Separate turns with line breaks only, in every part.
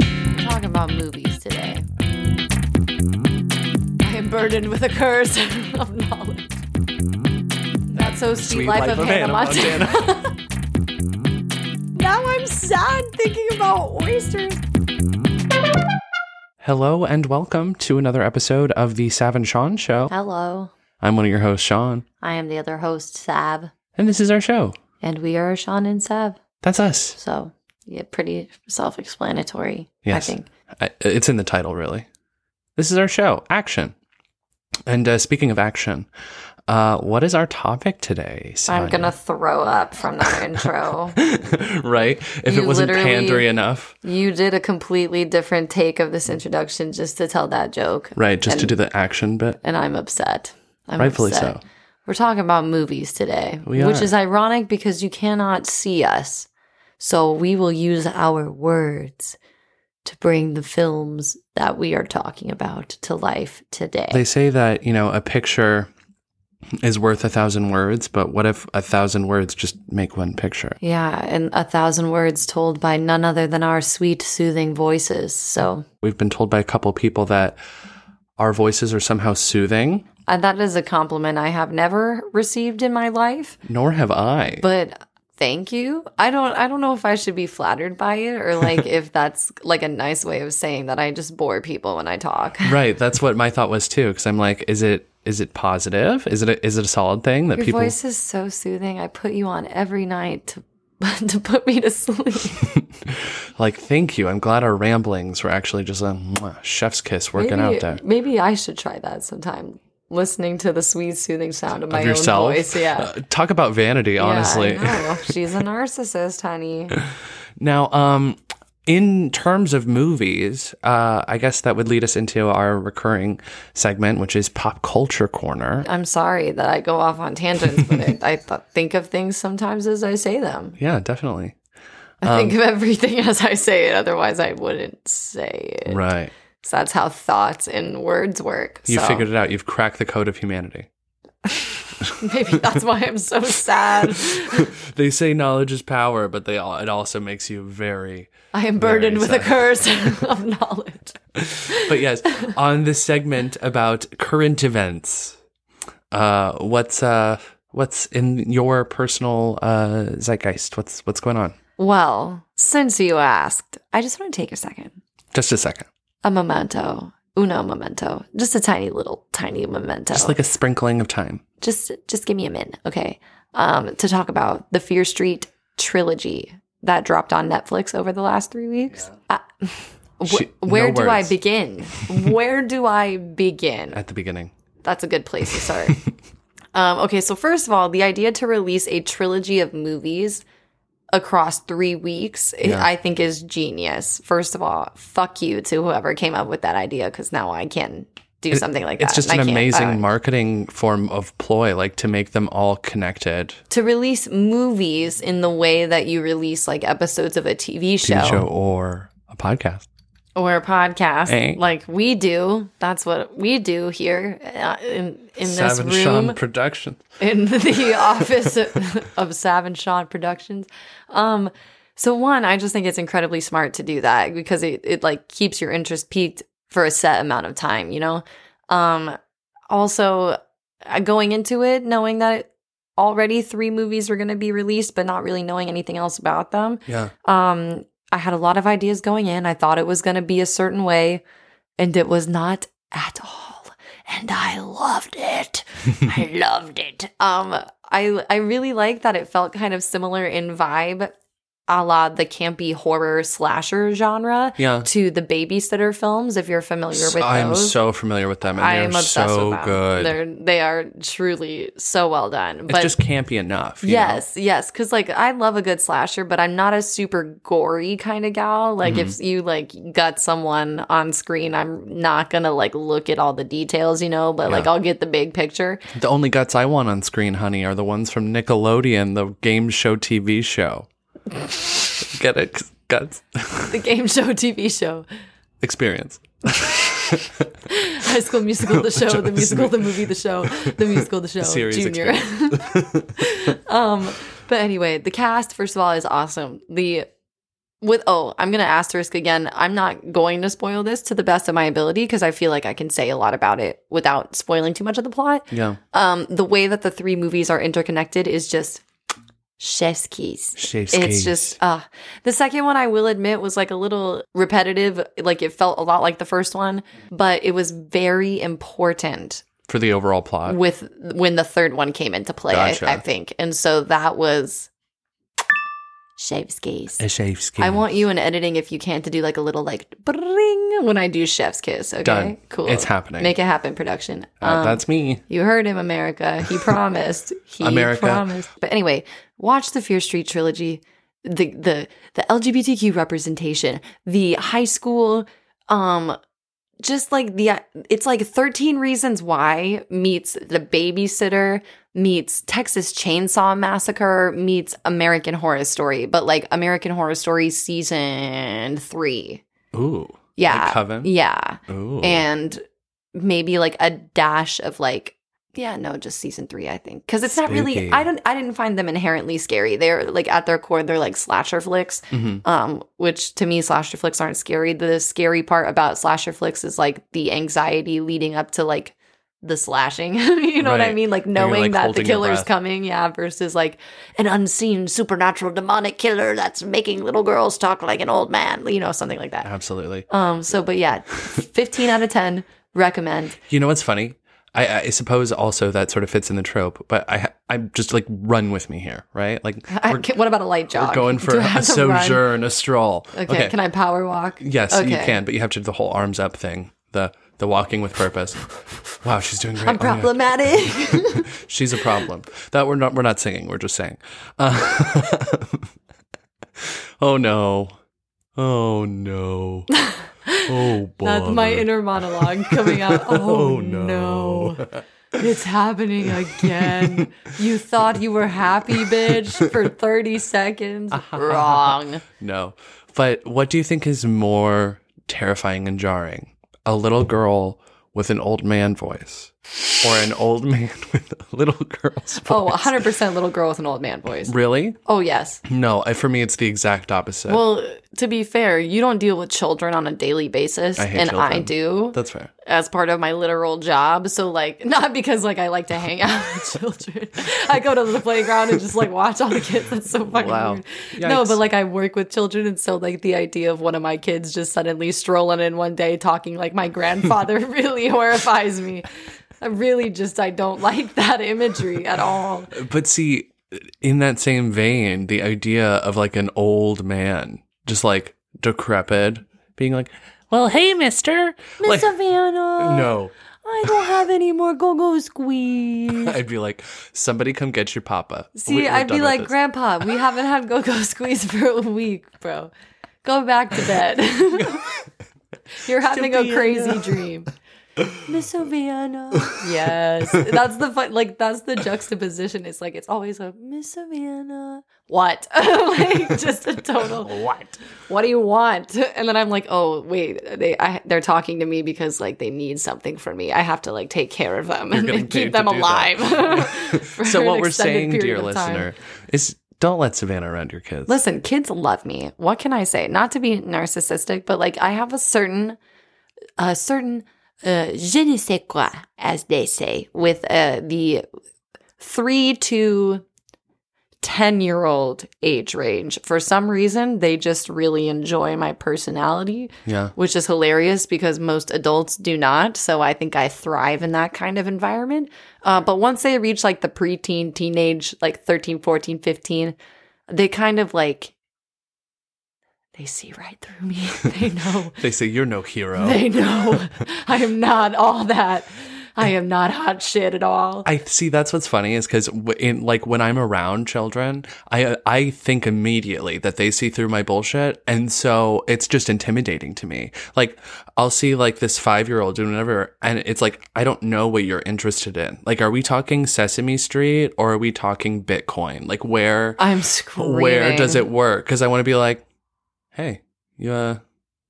We're talking about movies today. I am burdened with a curse of knowledge. Not so sweet,
Sweet
life,
Life
of,
of
Hannah,
Hannah
Montana. now I'm sad thinking about oysters.
Hello and welcome to another episode of the Sav and Sean Show.
Hello,
I'm one of your hosts, Sean,
I am the other host, Sab,
and this is our show.
and we are Sean and Sab.
That's us.
So, yeah, pretty self-explanatory,
Yes.
I think.
I, it's in the title, really. This is our show, Action. And uh, speaking of action, uh, what is our topic today?
I'm
Sonia?
gonna throw up from that intro.
right? If
You
it wasn't
literally-
pandery enough,
You did a completely different take of this introduction just to tell that joke.
right? Just to
And-
do the action bit.
and I'm upset. I'm
Rightfully
upset.
so.
We're talking about movies today,
We
which
are.
is ironic because you cannot see us. So we will use our words to bring the films that we are talking about to life today.
They say that, you know, a picture is worth a thousand words, but what if a thousand words just make one picture?
yeah, and a thousand words told by none other than our sweet, soothing voices. So
We've been told by a couple people that our voices are somehow soothing,
uh, that is a compliment I have never received in my life.
nor have I.
but thank you i don't i don't know if i should be flattered by it or like if that's like a nice way of saying that i just bore people when i talk
right, that's what my thought was too cuz I'm like is it is it positive? Is it a, is it a solid thing that
your
people
voice is so soothing i put you on every night to to put me to sleep
like thank you. I'm glad our ramblings were actually just a mwah, chef's kiss working out there.
maybe i should try that sometime listening to the sweet soothing sound of my
Of yourself.
own voice yeah
Uh, talk about vanity, honestly.
yeah, I know. she's a narcissist honey
Now, um, in terms of movies, uh, I guess that would lead us into our recurring segment, which is pop culture corner.
i'm sorry that i go off on tangents but it, i th- think of things sometimes as i say them
Yeah, definitely.
I
Um,
think of everything as I say it. Otherwise, I wouldn't say it.
Right.
So that's how thoughts and words work.
You
so
figured it out. You've cracked the code of humanity.
maybe that's why I'm so sad.
They say knowledge is power, but they all, it also makes you very.
I am burdened with a
sad.
curse of knowledge.
But yes, on this segment about current events, uh, what's uh, what's in your personal uh, zeitgeist? What's what's going on?
Well, since you asked, I just want to take a second.
Just a second.
A memento. Uno memento. Just a tiny little tiny memento.
Just like a sprinkling of time.
just just give me a minute, okay? Um, to talk about the Fear Street trilogy that dropped on Netflix over the last three weeks. I- wh-
She- no
where do I
words.
begin? where do I begin?
at the beginning.
That's a good place to start. um, okay, so first of all, the idea to release a trilogy of movies across three weeks, i-
Yeah.
I think, is genius. First of all, fuck you to whoever came up with that idea because now I can do something like that.
It's just
and
an
I can't-
amazing
uh,
marketing form of ploy, like to make them all connected.
to release movies in the way that you release like episodes of a TV show,
TV show or a podcast.
or a podcast,
Eh?
like we do. That's what we do here uh, in in this
Seven
room
Sean Productions.
in the office of, of Sav and Sean Productions. Um, so one, I just think it's incredibly smart to do that because it, it like keeps your interest peaked for a set amount of time, you know? Um, also uh, going into it, knowing that already three movies were going to be released, but not really knowing anything else about them.
Yeah.
Um, I had a lot of ideas going in. I thought it was going to be a certain way, and it was not at all. And I loved it. I loved it. Um, I I really like that it felt kind of similar in vibe a la the campy horror slasher genre
Yeah.
to the babysitter films, if you're familiar with
I'm
those.
so familiar with them, and
I am
they're
obsessed
so
with them.
good.
They're they are truly so well done.
it's
But
just campy enough. you know?
yes, yes, because like I love a good slasher, but I'm not a super gory kind of gal. Like if you like gut someone on screen, I'm not gonna like look at all the details, you know. But like I'll get the big picture.
The only guts I want on screen, honey, are the ones from Nickelodeon, the game show TV show. Get it? 'Cause Guts
The game show, TV show,
experience.
High School Musical, the show, the musical, the movie, the show, the musical, the show,
series
Junior. um, but anyway, the cast first of all is awesome. The with oh, I'm gonna asterisk again. I'm not going to spoil this to the best of my ability because I feel like I can say a lot about it without spoiling too much of the plot.
Yeah,
Um, the way that the three movies are interconnected is just chef's keys.
Chef's
It's
keys.
just uh the second one I will admit was like a little repetitive, like it felt a lot like the first one, but it was very important
for the overall plot.
with when the third one came into play, I-
Uh, Gotcha.
I, think. And so that was chef's keys.
A chef's
I want you in editing if you can to do like a little like bring when I do chef's kiss, okay?
Done.
Cool.
It's happening.
Make it happen production.
Uh,
Um,
that's me.
you heard him, America. He promised. He
America.
promised. But anyway, watch the Fear Street trilogy, the the the LGBTQ representation, the high school, um, just like the it's like Thirteen Reasons Why meets The Babysitter meets Texas Chainsaw Massacre meets American Horror Story, but like American Horror Story season three.
Ooh.
Yeah,
Like Coven.
Yeah
Ooh.
and maybe like a dash of like yeah no just season three i think because it's not really
Spooky.
i don't i didn't find them inherently scary they're like at their core they're like slasher flicks
Mhm.
um which to me slasher flicks aren't scary the scary part about slasher flicks is like the anxiety leading up to like the slashing you know what i
Right.
mean like
Where you're,
knowing
like,
that the
holding your
killer's
breath.
coming yeah versus like an unseen supernatural demonic killer that's making little girls talk like an old man you know something like that
Absolutely.
um. So, but yeah, fifteen out of ten. Recommend.
You know what's funny? I, I suppose also that sort of fits in the trope, but I I'm just like run with me here, right? Like
I,
we're,
can- what about a light jog?
we're going
Do
for
I
a
have to run?
sojourn, a stroll.
Okay, Can I power walk?
Yes, you
Okay.
can, but you have to do the whole arms up thing, the the walking with purpose. wow, she's doing great.
I'm
Oh my God.
problematic.
She's a problem. That we're not we're not singing. We're just saying. Uh, oh no. Oh no. Oh boy.
That's my inner monologue coming out. Oh,
Oh,
no. It's happening again. you thought you were happy, bitch, for 30 seconds. Wrong.
No. But what do you think is more terrifying and jarring? A little girl with an old man voice or an old man with a little girl's voice?
Oh, 100% little girl with an old man voice.
Really?
Oh, yes.
No, I- for me it's the exact opposite.
Well, to be fair, you don't deal with children on a daily basis,
I hate
and I
children.
do.
That's fair.
as part of my literal job. So like not because like I like to hang out with children. I go to the playground and just like watch all the kids. That's so fucking
Wow.
weird. No,
Yikes.
but like I work with children and so like the idea of one of my kids just suddenly strolling in one day talking like my grandfather really horrifies me. I really just I don't like that imagery at all.
But see, in that same vein, the idea of like an old man, just like decrepit, being like, "Well, hey, Mister, like,
Savannah,
no."
I don't have any more go-go squeeze.
I'd be like, "Somebody come get your papa."
See,
We- we're
I'd
done
be
with
like,
this.
Grandpa, we haven't had Go Go Squeeze for a week, bro. Go back to bed. You're having a crazy dream. Miss Savannah. Yes. That's the fun, like that's the juxtaposition. It's like it's always a Miss Savannah. What? like just a total
"What?"
what do you want? And then I'm like, oh wait, they I, they're talking to me because like they need something from me. I have to like take care of them
getting
and keep
paid to
them
do that.
alive. for
So
an
what we're
extended
saying,
period
dear
of time.
listener, is don't let Savannah around your kids.
Listen, kids love me. What can I say? Not to be narcissistic, but like I have a certain, a certain uh, je ne sais quoi, as they say, with uh, the three to ten year old age range. For some reason, they just really enjoy my personality,
yeah,
which is hilarious because most adults do not. So I think I thrive in that kind of environment. Uh, but once they reach like the preteen, teenage, like 13, 14, 15, they kind of like they see right through me. They know.
They say you're no hero.
They know. I am not all that. I am not hot shit at all.
I see. That's what's funny is because in like when I'm around children, I I think immediately that they see through my bullshit, and so it's just intimidating to me. Like I'll see like this five year old doing whatever, and it's like I don't know what you're interested in. Like, are we talking Sesame Street or are we talking Bitcoin? Like, where
I'm screaming.
where does it work? Because I want to be like, hey, you uh,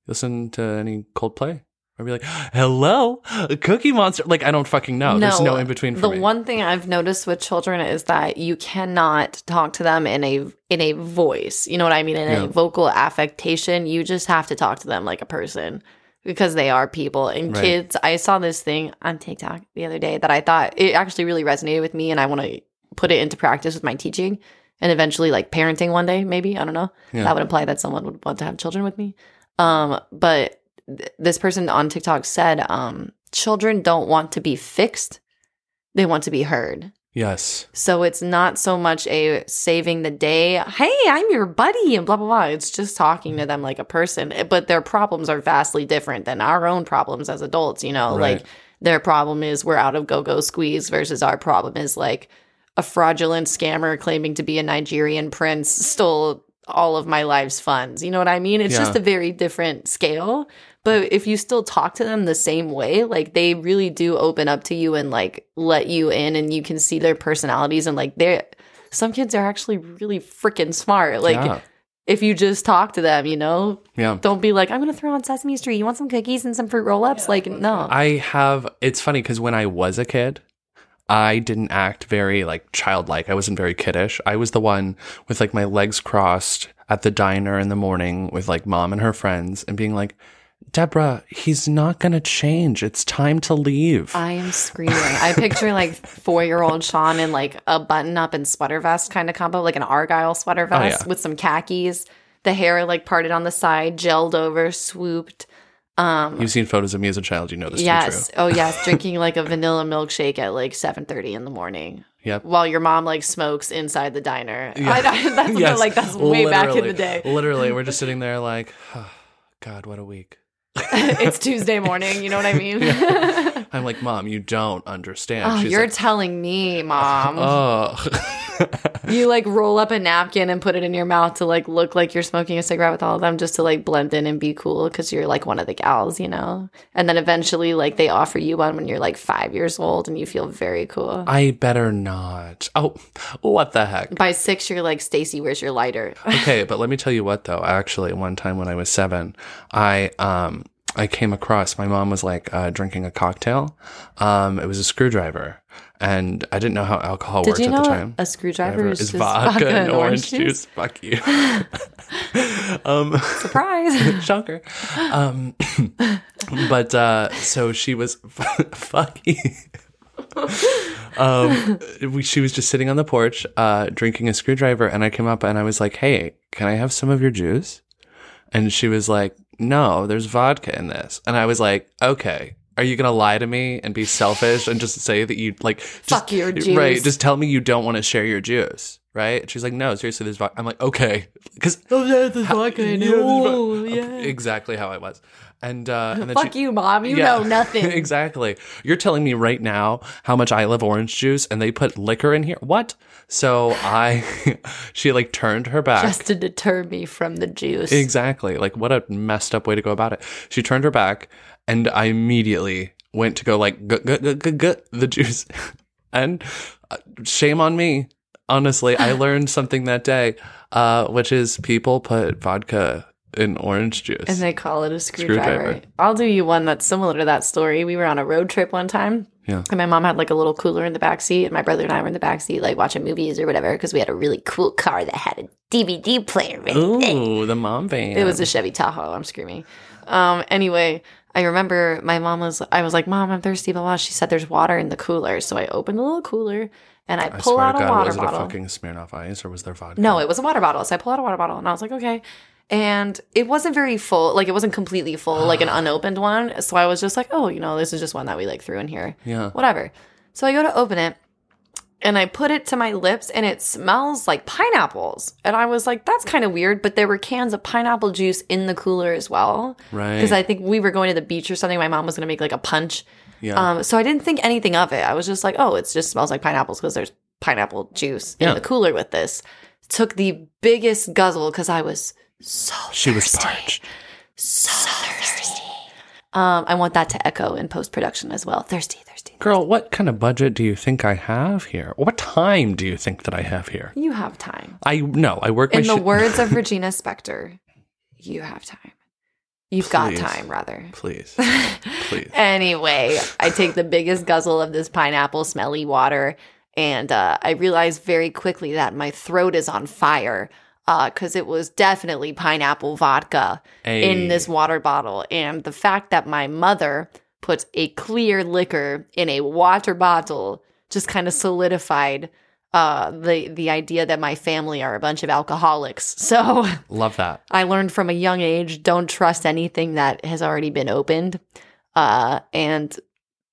listen to any Coldplay? I'd be like, hello, Cookie Monster. Like, I don't fucking know. There's no in between for
the
me.
one thing I've noticed with children is that you cannot talk to them in a in a voice. You know what I mean? In
Yeah.
a vocal affectation, you just have to talk to them like a person because they are people. And
Right.
kids, I saw this thing on TikTok the other day that I thought it actually really resonated with me, and I want to put it into practice with my teaching and eventually like parenting one day. Maybe I don't know.
Yeah.
That would imply that someone would want to have children with me. Um, but th- this person on TikTok said, um, children don't want to be fixed, they want to be heard.
yes.
So it's not so much a saving the day, hey, I'm your buddy, and blah, blah, blah. It's just talking to them like a person. Eh, But their problems are vastly different than our own problems as adults, you know?
Right.
Like their problem is we're out of go go squeeze versus our problem is like a fraudulent scammer claiming to be a Nigerian prince stole all of my life's funds. You know what I mean? It's just
Yeah.
a very different scale. But if you still talk to them the same way, like they really do open up to you and like let you in and you can see their personalities and like they're some kids are actually really freaking smart. Like
yeah.
if you just talk to them, you know,
yeah.
don't be like, I'm gonna throw on Sesame Street. You want some cookies and some fruit roll ups? like, no.
I have, it's funny because when I was a kid, I didn't act very like childlike. I wasn't very kiddish. I was the one with like my legs crossed at the diner in the morning with like mom and her friends and being like, Deborah, he's not going to change. It's time to leave.
I am screaming. I picture like four year old Sean in like a button up and sweater vest kind of combo, like an Argyle sweater vest
Oh, yeah.
with some khakis, the hair like parted on the side, gelled over, swooped. Um
You've seen photos of me as a child. You know this
yes.
to be
Oh yes, drinking like a vanilla milkshake at like seven thirty in the morning.
true. Yep.
While your mom like smokes inside the diner. I, I, that's
Yes,
like that's way back in the
literally.
day.
Literally, we're just sitting there like, "Oh, God, what a week.
it's Tuesday morning, you know what I mean?
I'm like, Mom, you don't understand.
Oh,
She's
you're
like,
telling me, mom.
oh,
You like roll up a napkin and put it in your mouth to like look like you're smoking a cigarette with all of them just to like blend in and be cool because you're like one of the gals, you know? And then eventually like they offer you one when you're like five years old and you feel very cool.
I better not. Oh, what the heck?
By six, you're like, Stacy, where's your lighter?
Okay, but let me tell you what though. Actually, one time when I was seven, I um I came across my mom was like uh, drinking a cocktail. Um, it was a screwdriver, and I didn't know how alcohol
Did
worked
you
at
know
the time.
a screwdriver
Whatever
is
is
just vodka, and orange juice?
Fuck you. um,
Surprise.
shocker. Um, but uh, so she was fuck you. um, we, she was just sitting on the porch, uh, drinking a screwdriver, and I came up and I was like, "Hey, can I have some of your juice?" And she was like, "No, there's vodka in this." And I was like, "Okay." Are you gonna lie to me and be selfish and just say that you like just,
Fuck your juice.
Right, just tell me you don't want to share your juice, right? And she's like, "No, seriously, there's vodka." I'm like, "Okay," because
oh, yeah, there's vodka in it. Oh, yeah.
exactly how I was. And uh, and then
Fuck
she,
you, mom. You know nothing.
exactly. You're telling me right now how much I love orange juice, and they put liquor in here. What? So I, she like turned her back.
Just to deter me from the juice.
Exactly. Like what a messed up way to go about it. She turned her back, and I immediately went to go like gut gut gut gut gut the juice, and uh, shame on me. Honestly, I learned something that day, uh, which is people put vodka in orange juice.
And they call it a screwdriver.
Screwdriver.
I'll do you one that's similar to that story. We were on a road trip one time.
Yeah.
And my mom had like a little cooler in the back seat, and my brother and I were in the back seat, like watching movies or whatever, because we had a really cool car that had a DVD player in it.
Ooh, the mom van.
It was a Chevy Tahoe. I'm screaming. Um, anyway, I remember my mom was. I was like, "Mom, I'm thirsty." Blah blah. She said, "There's water in the cooler." So I opened the little cooler and I,
I
pull
swear
out
to
a
God,
water
was
bottle.
it a fucking Smirnoff Ice or was there vodka?
No, it was a water bottle. So I pulled out a water bottle and I was like, okay. And it wasn't very full, like it wasn't completely full, like an unopened one. So I was just like, oh, you know, this is just one that we like threw in here.
Yeah.
Whatever. So I go to open it and I put it to my lips and it smells like pineapples. And I was like, that's kind of weird, but there were cans of pineapple juice in the cooler as well.
Right.
Because I think we were going to the beach or something. My mom was going to make like a punch.
Yeah.
Um, so I didn't think anything of it. I was just like, oh, it just smells like pineapples because there's pineapple juice
Yeah.
in the cooler with this. Took the biggest guzzle because I was so
she was
thirsty.
parched.
So, thirsty. Um, I want that to echo in post production as well. Thirsty, thirsty.
Girl, what kind of budget do you think I have here? What time do you think that I have here?
You have time.
I no, I work my
In the
shi-
words of Regina Spektor, you have time. You've got
Please.
time, rather.
Please. Please.
Anyway, I take the biggest guzzle of this pineapple smelly water, and uh, I realize very quickly that my throat is on fire because it was definitely pineapple vodka
Hey.
in this water bottle. And the fact that my mother puts a clear liquor in a water bottle just kind of solidified uh, the the idea that my family are a bunch of alcoholics. So
Love that.
I learned from a young age don't trust anything that has already been opened. Uh, and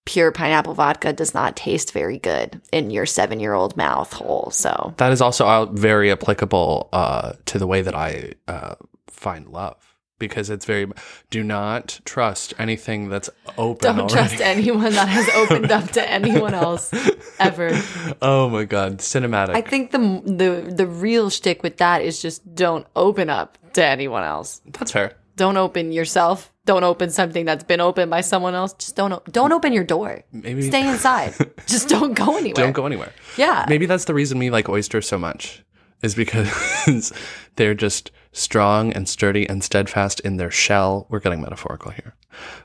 pure pineapple vodka does not taste very good in your seven year old mouth hole. So
That is also uh, very applicable uh, to the way that I uh, find love because it's very do not trust anything that's open.
don't trust
already.
anyone that has opened up to anyone else ever.
Oh my god, cinematic.
I think the the the real shtick with that is just don't open up to anyone else.
that's fair.
Don't open yourself. Don't open something that's been opened by someone else. Just don't o- don't open your door.
Maybe-
stay inside. just don't go anywhere.
Don't go anywhere.
Yeah.
Maybe that's the reason we like oysters so much is because they're just strong and sturdy and steadfast in their shell. We're getting metaphorical here.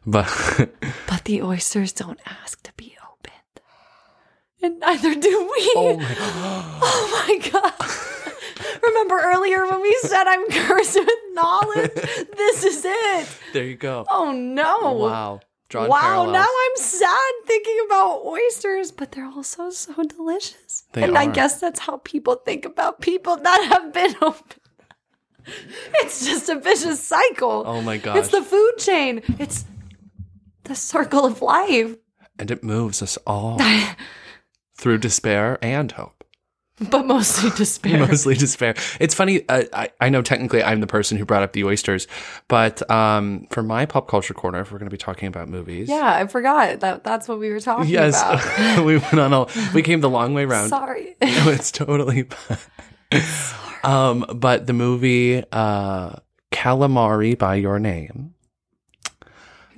But
But the oysters don't ask to be opened. And neither do we. Oh my god. Remember earlier when we said I'm cursed with knowledge? This is it.
there you go.
Oh no.
wow. Drawing
Wow,
parallels.
now I'm sad thinking about oysters, but they're also so delicious.
They
and I
are.
guess that's how people think about people that have been open. It's just a vicious cycle.
Oh my
It's
gosh.
the food chain. It's the circle of life.
and it moves us all through despair and hope.
but mostly despair.
mostly despair. It's funny. Uh, I I know technically I'm the person who brought up the oysters, but um, for my pop culture corner, if we're going to be talking about movies,
yeah, I forgot that that's what we were talking about.
yes, we went on all. We came the long way round.
Sorry.
No, it's totally. fine. um, but the movie uh, Calamari by Your Name.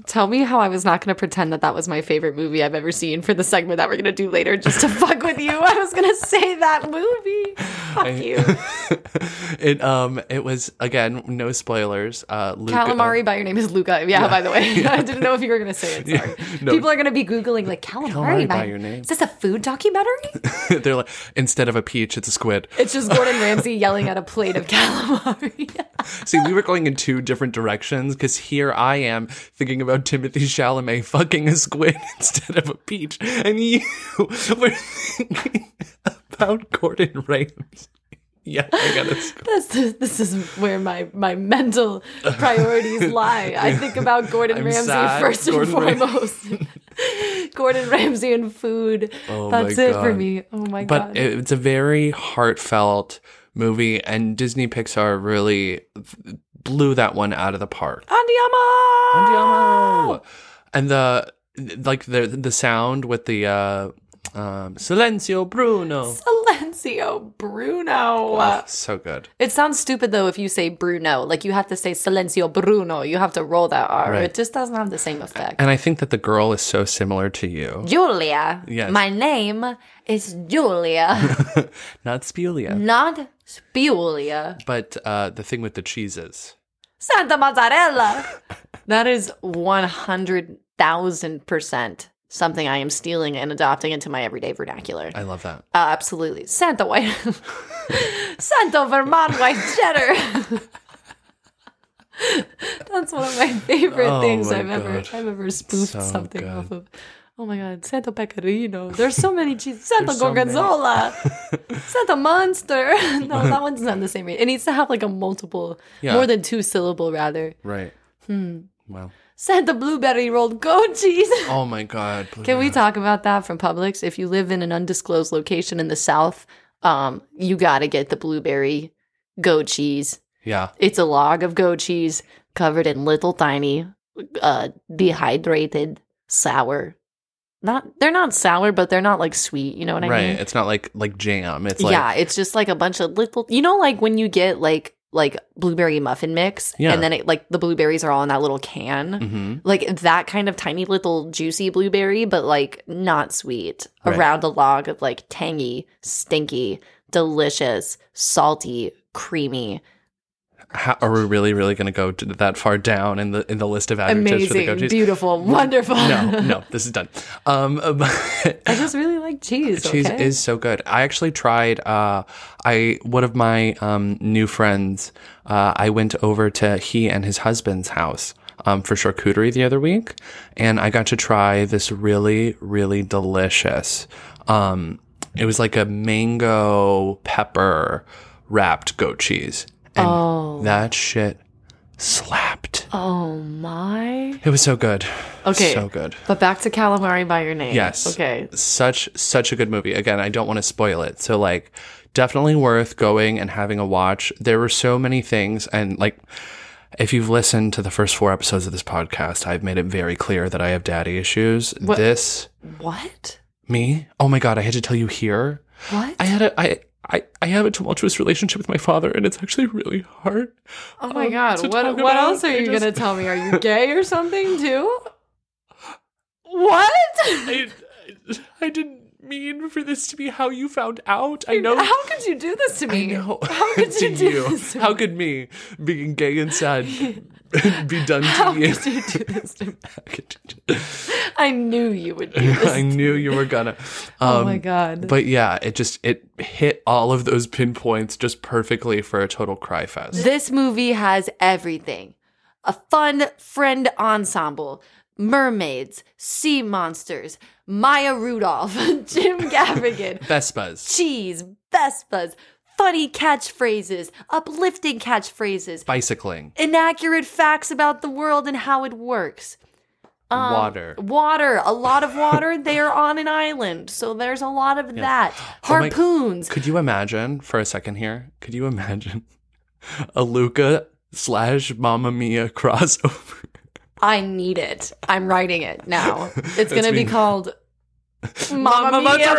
Tell me how I was not going to pretend that that was my favorite movie I've ever seen for the segment that we're going to do later just to fuck with you. I was going to say that movie. Fuck you.
it um it was again no spoilers. Uh, Luca,
Calamari by your name is Luca. Yeah, by the way. I didn't know if you were going to say it. Sorry.
no.
People are going to be Googling, like, calamari,
Calamari
by,
by Your Name.
Is this a food documentary?
they're like instead of a peach, it's a squid.
it's just Gordon Ramsay yelling at a plate of calamari.
See, we were going in two different directions because here I am thinking about Timothy Chalamet fucking a squid instead of a peach, and you were thinking about Gordon Ramsay. Yeah, I got it.
That's the, this is where my, my mental priorities lie. I think about Gordon
I'm
Ramsay
sad.
first and
Gordon Ram-
foremost. Gordon Ramsay and food.
Oh
That's
my
it for
God.
me. Oh my
But
god.
it- it's a very heartfelt movie, and Disney Pixar really blew that one out of the park.
Andiamo! Oh!
Andiamo! And the like the the sound with the uh, um, Silencio Bruno. Oh,
Silencio Bruno.
So good.
It sounds stupid though if you say Bruno. Like you have to say Silencio Bruno. You have to roll that R.
Right.
It just doesn't have the same effect.
And I think that the girl is so similar to you.
Julia.
Yes.
My name is Julia,
Not
Mm-hmm.
Spulia.
not Spulia.
But uh, the thing with the cheeses.
Santa Mozzarella. that is 100,000% something I am stealing and adopting into my everyday vernacular.
I love that.
Uh, absolutely. Santa White. Santa Vermont White Cheddar. That's one of my favorite
Oh
things
my
I've ever
God.
I've ever spoofed
So
something
good.
off of. Oh my god, Santo Pecorino. There's so many cheeses. Santo
so many.
Gorgonzola. Santa Monster. no, that one doesn't have the same read. It needs to have like a multiple,
Yeah.
more than two syllable rather.
Right. Wow.
Said the blueberry rolled goat cheese.
Oh my God.
Can we
Blueberry.
talk about that from Publix? If you live in an undisclosed location in the South, um, you got to get the blueberry goat cheese.
Yeah.
It's a log of goat cheese covered in little tiny, uh, dehydrated, sour. Not they're not sour, but they're not like sweet. You know what I
right.
mean?
It's not like like jam. It's like
yeah, it's just like a bunch of little. You know, like when you get like like blueberry muffin mix,
Yeah.
and then it like the blueberries are all in that little can
hmm
like that kind of tiny little juicy blueberry, but like not sweet,
Right.
around a log of like tangy, stinky, delicious, salty, creamy.
How, are we really really going to go to that far down in the in the list of adjectives for the goat cheese?
beautiful, wonderful.
No, no, this is done. Um, but-
I just really like cheese.
cheese
okay?
is so good. I actually tried. Uh, I one of my um, new friends. Uh, I went over to he and his husband's house um, for charcuterie the other week, and I got to try this really, really delicious. Um, it was like a mango pepper wrapped goat cheese, and
Oh.
that shit slapped.
Oh my.
It was so good.
Okay.
so good.
But back to calamari by your name.
Yes.
Okay.
Such such a good movie. Again, I don't want to spoil it. So like definitely worth going and having a watch. There were so many things and like if you've listened to the first four episodes of this podcast, I've made it very clear that I have daddy issues. This
What?
me? Oh my god, I had to tell you here.
What?
I had a I I, I have a tumultuous relationship with my father and it's actually really hard.
oh my
um,
god.
to
What
talk
what
about,
else are
I
you
just-
gonna tell me? Are you gay or something too? What?
I I didn't mean for this to be how you found out. I know
How could you do this to
I
me?
know.
How could
To
you do this to
How
me?
could me being gay and sad be done to
How
you?
could you do this to me?
How could you do-
I knew you would do this.
I knew you were gonna.
oh
Um,
my god.
But yeah, it just it hit all of those pinpoints just perfectly for a total cry fest.
this movie has everything. A fun friend ensemble, mermaids, sea monsters, Maya Rudolph, Jim Gaffigan,
Vespas
cheese, Vespas, funny catchphrases, uplifting catchphrases,
bicycling.
inaccurate facts about the world and how it works. Um,
Water.
Water. A lot of water. they are on an island. So there's a lot of that.
Oh my-
Harpoons.
Could you imagine for a second here? Could you imagine a Luca slash Mamma Mia crossover?
I need it. I'm writing it now. It's going to
That's
be
me.
called Mama
Mamma
Mia.
Mozzarella.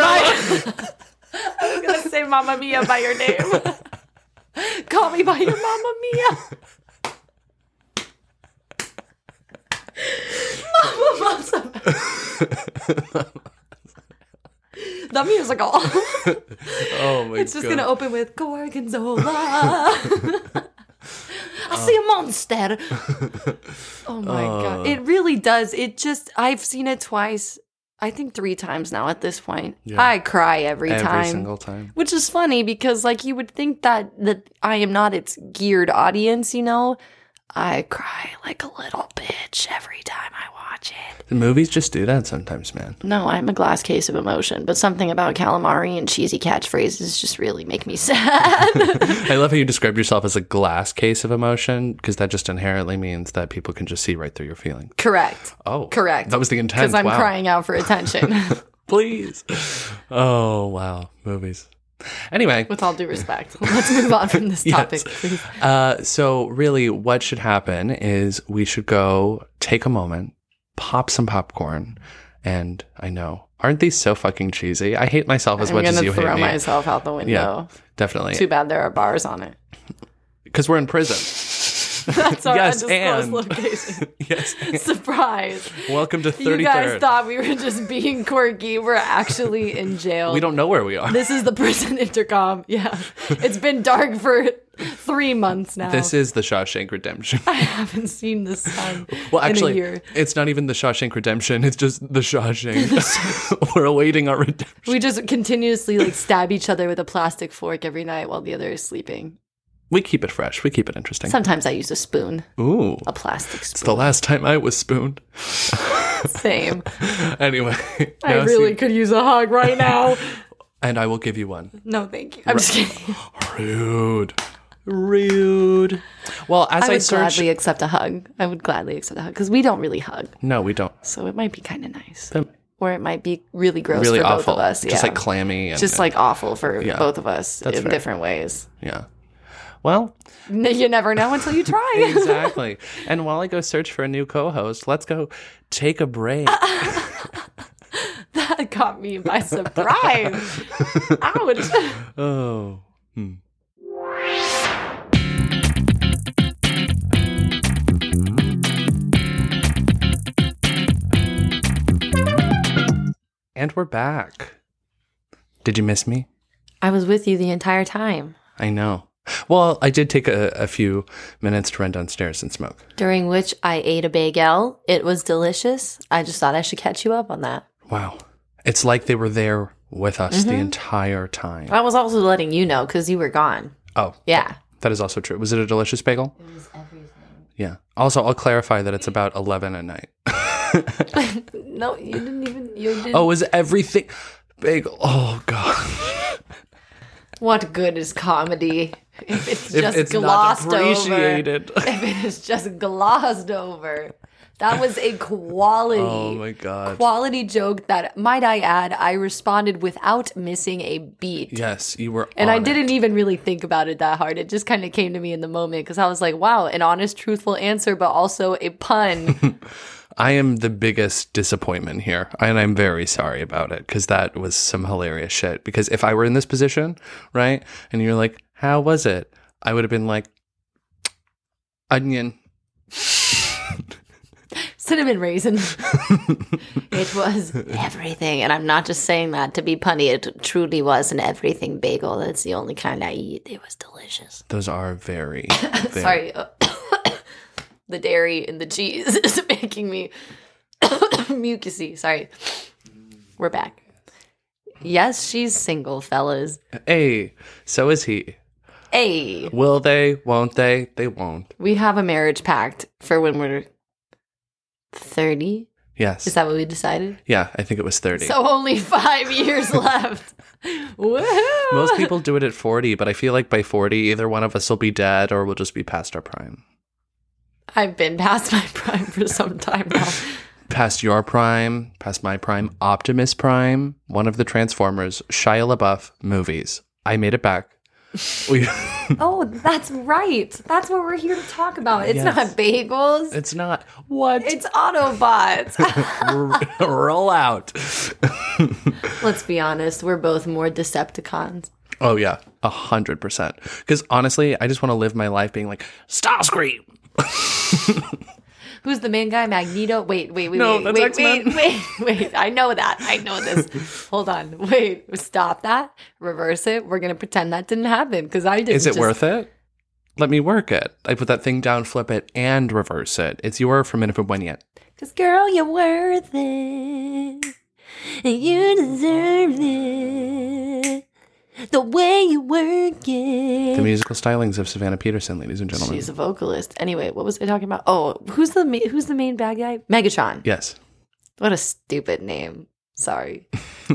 By- I was going to say Mama Mia by your name. Call me by your Mama Mia. Mama Mozzarella. the musical.
Oh my
It's just
god!
gonna open with Gorgonzola. I see a monster. Oh my god! It really does. It just I've seen it twice. I think three times now at this point. I cry every,
Every
time.
single time.
Which is funny because like you would think that that I am not its geared audience, you know. I cry like a little bitch every time I watch it.
The movies just do that sometimes, man.
No, I'm a glass case of emotion, but something about calamari and cheesy catchphrases just really make me sad.
I love how you described yourself as a glass case of emotion because that just inherently means that people can just see right through your feelings.
Correct.
Oh,
Correct.
That was the intent.
Because I'm
wow.
crying out for attention,
Please. Oh wow, movies. Anyway,
with all due respect. Let's move on from this topic. please.
uh, so really, what should happen is we should go take a moment, pop some popcorn, and I know aren't these so fucking cheesy? I hate myself as
I'm
much as
going to
you hate
throw
me.
myself out the window.
Definitely,
Too bad there are bars on it.
because we're in prison.
That's our
Yes,
undisclosed
and-
location.
yes.
Surprise.
Welcome to
You
thirty
guys
third.
thought we were just being quirky. We're actually in jail.
We don't know where we are.
This is the prison intercom. Yeah. It's been dark for three months now.
This is the Shawshank Redemption.
I haven't seen the sun
Well,
in a
actually,
year.
it's not even the Shawshank Redemption. It's just the Shawshank. We're awaiting our redemption.
We just continuously like stab each other with a plastic fork every night while the other is sleeping.
We keep it fresh. We keep it interesting.
Sometimes I use a spoon,
Ooh,
a plastic
it's the
spoon.
last time I was spooned.
Same.
Anyway,
I
now
really
see-
could use a hug right now.
and I will give you one.
No, thank you. I'm just kidding.
Rude. Rude. Well, as
I
I,
would
search,
gladly accept a hug. I would gladly accept a hug because we don't really hug,
no, we don't.
so it might be kind of nice,
That-
or it might be really gross
Really
for
awful.
both of us.
Just
yeah.
like clammy. And,
just like awful for
Yeah.
both of us in
fair.
different ways.
yeah. Well,
N- You never know until you try.
exactly. and while I go search for a new co-host, let's go take a break.
that caught me by surprise. Ouch.
oh. And we're back. Did you miss me?
I was with you the entire time,
I know. Well, I did take a, a few minutes to run downstairs and smoke.
during which I ate a bagel. It was delicious. I just thought I should catch you up on that.
Wow. It's like they were there with us the entire time.
I was also letting you know because you were gone.
Oh,
Yeah.
that is also true. Was it a delicious bagel?
Mm.
It was everything. Yeah. Also, I'll clarify that it's about 11 at night.
No, you didn't even. You didn't.
Oh, it was everything bagel. Oh, God.
What good is comedy if it's
If
just
it's
glossed
not appreciated.
over? If it is just glossed over. That was a quality.
oh, my God.
Quality joke that, might I add, I responded without missing a beat.
yes, you were.
And
on
I
it.
didn't even really think about it that hard. It just kind of came to me in the moment because I was like, wow, an honest, truthful answer, but also a pun.
I am the biggest disappointment here, and I'm very sorry about it because that was some hilarious shit. Because if I were in this position, right, and you're like, "How was it?" I would have been like, "Onion."
Cinnamon raisin. it was everything. And I'm not just saying that to be punny. It truly was an everything bagel. That's the only kind I eat. It was delicious.
Those are very, very
Sorry. uh, the dairy and the cheese is making me mucusy. Sorry. We're back. Yes, she's single, fellas.
Hey, so is he.
Hey.
Will they? Won't they? They won't.
We have a marriage pact for when we're 30.
Yes.
Is that what we decided?
yeah, I think it was thirty.
So only five years left. Woohoo!
Most people do it at forty, but I feel like by forty, either one of us will be dead or we'll just be past our prime.
I've been past my prime for some time now.
past your prime, past my prime, Optimus Prime, one of the Transformers, Shia LaBeouf movies. I made it back. We,
Oh, that's right. That's what we're here to talk about. It's
Yes.
not bagels.
it's not what
It's Autobots.
R- roll out.
Let's be honest, we're both more Decepticons.
Oh yeah, a hundred percent. Because honestly, I just want to live my life being like Starscream.
Who's the main guy? Magneto? Wait, wait, wait,
No,
wait,
that's
wait,
X-Men.
wait, wait, wait. I know that. I know this. Hold on. Wait. Stop that. Reverse it. We're gonna pretend that didn't happen because I didn't.
Is it
just-
worth it? Let me work it. I put that thing down, flip it, and reverse it. It's your from minute when yet.
Cause girl, you're worth it. And you deserve it. The way you work
The
it.
musical stylings of Savannah Peterson, ladies and gentlemen.
She's a vocalist. Anyway, what was I talking about? Oh, who's the ma- who's the main bad guy? Megatron.
Yes.
What a stupid name. Sorry.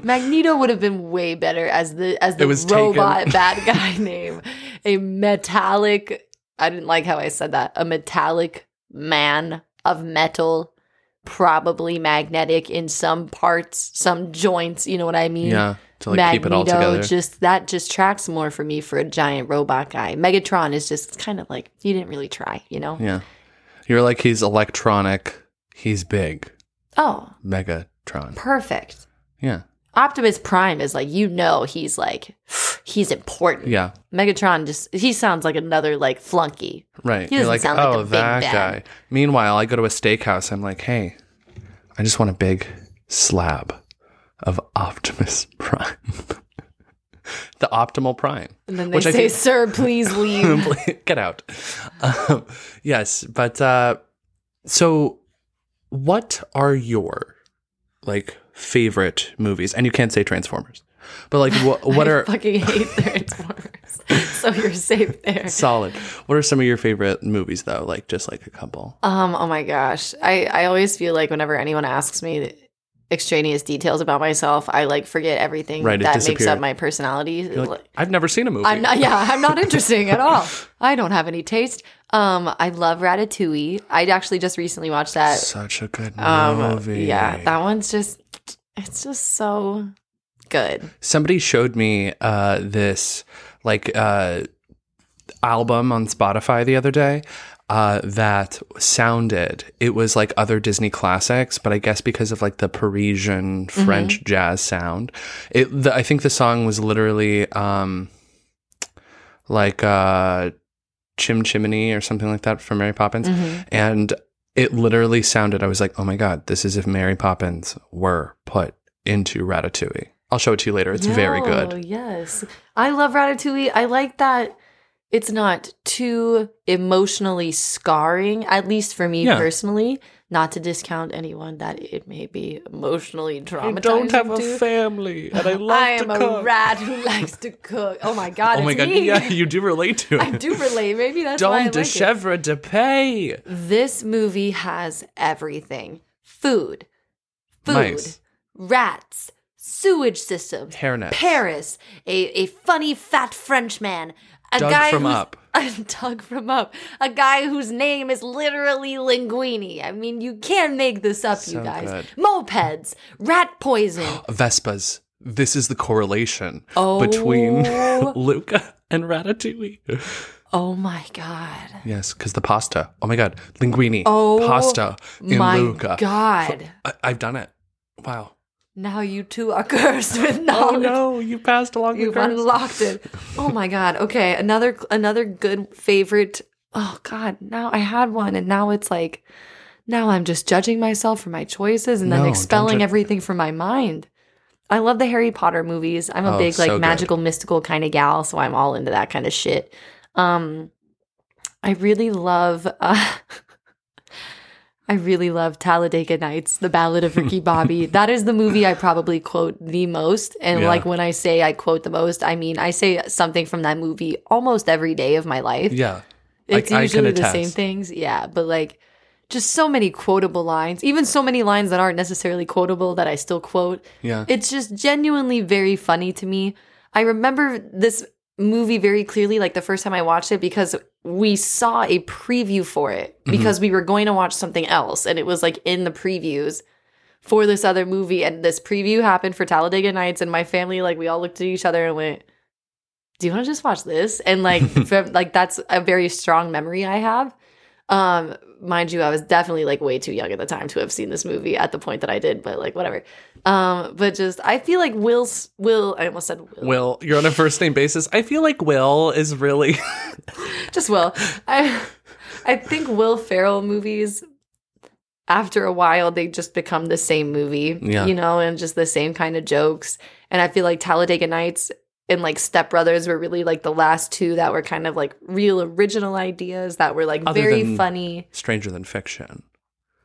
Magneto would have been way better as the as the
It was
robot
taken.
bad guy name. A metallic I didn't like how I said that. A metallic man of metal, probably magnetic in some parts, some joints, you know what I mean?
Yeah. To like keep it all together.
just that just tracks more for me for a giant robot guy. Megatron is just kind of like you didn't really try, you know?
Yeah. You're like, he's electronic. He's big.
Oh,
Megatron.
perfect.
Yeah.
Optimus Prime is like you know he's like he's important.
Yeah.
Megatron just he sounds like another like flunky.
Right.
He
You're
doesn't
like,
sound like
oh,
a big
that
bad."
guy. Meanwhile, I go to a steakhouse. I'm like, hey, I just want a big slab of Optimus Prime. the optimal prime.
And then they
Which I
say,
think-
"Sir, please leave."
Get out. Um, yes. But uh, so what are your like favorite movies? And you can't say Transformers. But like, wh- what
I
are
fucking hate Transformers. so you're safe there.
Solid. What are some of your favorite movies though? Like just like a couple.
Um. Oh my gosh. I I always feel like whenever anyone asks me extraneous details about myself. I like forget everything
Right, it
that makes
disappeared.
up my personality.
You're like, I've never seen a movie.
I'm not. Yeah, I'm not interesting at all. I don't have any taste. Um, I love Ratatouille. I actually just recently watched that.
Such a good
Um,
movie.
yeah, that one's just. It's just so good.
Somebody showed me uh, this like uh, album on Spotify the other day uh, that sounded. It was like other Disney classics, but I guess because of like the Parisian French jazz sound, it. The, I think the song was literally um, like uh, Chim Chimney or something like that from Mary Poppins, and. It literally sounded, I was like, oh my God, this is if Mary Poppins were put into Ratatouille. I'll show it to you later. It's very
No,
good.
Yes, I love Ratatouille. I like that. It's not too emotionally scarring, at least for me
Yeah.
personally. Not to discount anyone that it may be emotionally traumatizing. to.
family, and I
I am a rat who likes to cook. Oh my god!
Oh my
it's
god,
me.
yeah, you do relate to
I
it.
do relate. Maybe that's why I
Don
like
de
it.
Chevre de Pay.
This movie has everything: food, food,
Mice.
rats, sewage systems,
Hairnets.
Paris, a, a funny fat French man, a
Doug
guy
from
who's,
Up.
Doug from Up, a guy whose name is literally Linguini. I mean, you can't make this up,
So
you guys.
good.
Mopeds, rat poison.
Vespas. This is the correlation
Oh.
between Luca and Ratatouille.
oh my god!
Yes, because the pasta. Oh my god, linguine,
Oh
pasta in
my
Luca.
god!
I- I've done it. Wow.
Now you two are cursed
Oh,
with knowledge.
you passed along
You've unlocked it. Oh my god. Okay, another another good favorite. Oh god, now I had one and now it's like now I'm just judging myself for my choices and then
No, don't
expelling
judge-
everything from my mind. I love the Harry Potter movies. I'm a
Oh,
big like
so good.
magical mystical kind of gal, so I'm all into that kind of shit. Um I really love uh I really love Talladega Nights, The Ballad of Ricky Bobby. that is the movie I probably quote the most. And
Yeah.
like when I say I quote the most, I mean I say something from that movie almost every day of my life.
Yeah.
it's
I- I can
usually the
attest.
same things. Yeah. But like just so many quotable lines, even so many lines that aren't necessarily quotable that I still quote.
Yeah.
It's just genuinely very funny to me. I remember this movie very clearly, like the first time I watched it, because we saw a preview for it because we were going to watch something else. And it was like in the previews for this other movie. And this preview happened for Talladega Nights. And my family, like, we all looked at each other and went, do you want to just watch this? And like, from, like that's a very strong memory I have. Um, mind you, I was definitely like way too young at the time to have seen this movie at the point that I did, but like whatever. Um, but just I feel like Will's Will. I almost said Will.
Will, you're on a first name basis. I feel like Will is really
Just Will. I I think Will Ferrell movies. After a while, they just become the same movie,
Yeah.
you know, and just the same kind of jokes. And I feel like Talladega Nights and like Step Brothers were really like the last two that were kind of like real original ideas that were like
Other
very
than-
funny.
stranger than fiction.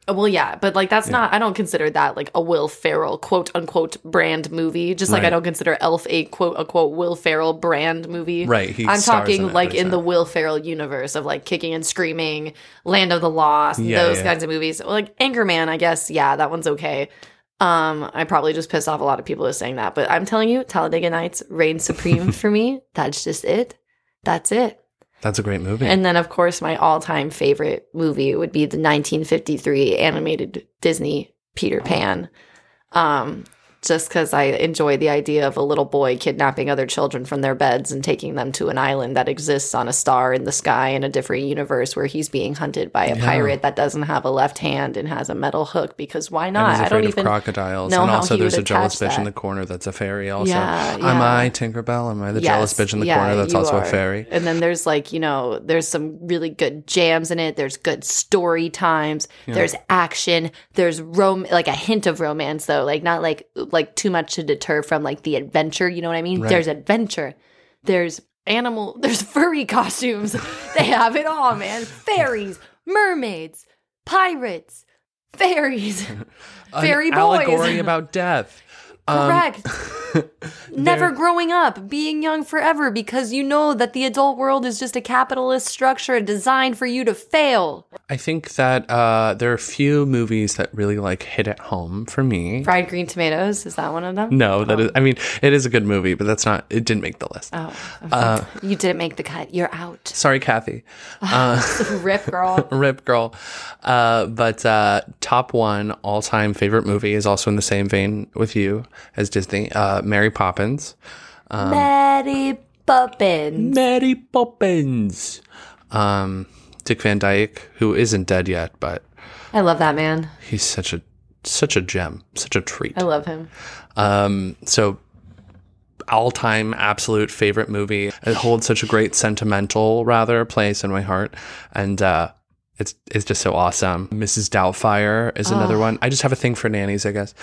Uh, Well, yeah, but like that's not. I don't consider that like a Will Ferrell quote unquote brand movie. Just like I
Right.
don't consider Elf a quote unquote Will Ferrell brand movie.
Right, he
I'm
stars
talking
in it,
like
but he's
in the
not.
Will Ferrell universe of like Kicking and Screaming, Land of the Lost,
Yeah,
those
yeah.
kinds of movies. Well, like Anchorman, I guess. Yeah, that one's okay. Um, I probably just pissed off a lot of people with saying that, but I'm telling you, Talladega Nights reigns supreme for me. That's just it. That's it.
That's a great movie.
And then, of course, my all time favorite movie would be the 1953 animated Disney Peter Pan. Um, just because I enjoy the idea of a little boy kidnapping other children from their beds and taking them to an island that exists on a star in the sky in a different universe where he's being hunted by a
Yeah.
pirate that doesn't have a left hand and has a metal hook. Because why
And
not?
he's
I
afraid
don't
of
even.
crocodiles.
know
And
how
also,
he
there's
would
a jealous
attach
bitch in
that.
the corner that's a fairy, also.
Yeah,
Am
yeah.
I Tinkerbell? Am I the jealous
Yes,
bitch in the
yeah,
corner that's
you
also
are.
a fairy?
And then there's like, you know, there's some really good jams in it. There's good story times. There's action. There's rom like a hint of romance though. Like not like like too much to deter from like the adventure, you know what I mean?
Right.
There's adventure. There's animal, there's furry costumes. they have it all, man. Fairies, mermaids, pirates, fairies.
An
Fairy boys.
allegory about death. Um,
Correct. Never growing up, being young forever because you know that the adult world is just a capitalist structure designed for you to fail.
I think that uh, there are a few movies that really like hit at home for me.
Fried green tomatoes, is that one of them?
No, that is. I mean, it is a good movie, but that's not. It didn't make the list.
Oh, okay.
uh,
you didn't make the cut. You're out.
Sorry, Kathy.
Rip, girl.
Rip girl. Uh, but uh, top one all time favorite movie is also in the same vein with you as Disney. Uh, Mary Poppins.
Betty Poppins.
Mary Poppins. Um, Dick Van Dyke, who isn't dead yet, but
I love that man.
he's such a such a gem, such a treat.
I love him.
Um, so all time absolute favorite movie. It holds such a great sentimental rather place in my heart, and uh, it's it's just so awesome. Mrs. Doubtfire is another one. I just have a thing for nannies, I guess.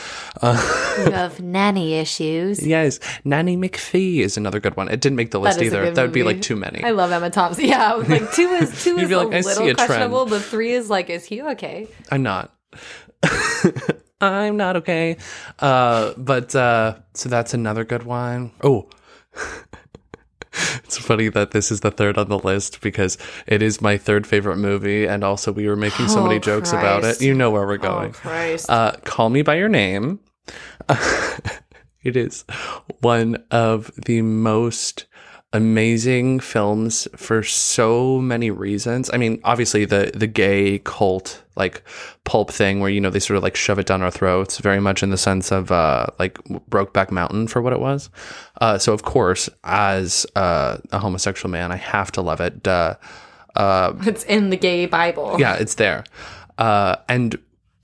You have nanny issues.
Yes, Nanny McPhee is another good one. It didn't make the list
is a
either.
good
That would be
movie.
like too many.
I love Emma Thompson. Yeah, I was like two is two
You'd
is
be
a
like, I see
little
a trend.
questionable, but three is like, is he okay?
I'm not. I'm not okay. Uh, but uh, so that's another good one. Oh, it's funny that this is the third on the list because it is my third favorite movie, and also we were making so
Oh,
many jokes about it.
Christ. Oh,
You know where we're going.
Christ.
Uh, Call Me by Your Name. it is one of the most amazing films for so many reasons. I mean, obviously the the gay cult like pulp thing where you know they sort of like shove it down our throats, very much in the sense of uh, like Brokeback Mountain for what it was. Uh, so of course, as uh, a homosexual man, I have to love it. Duh. Uh,
it's in the gay Bible.
Yeah, it's there. Uh, and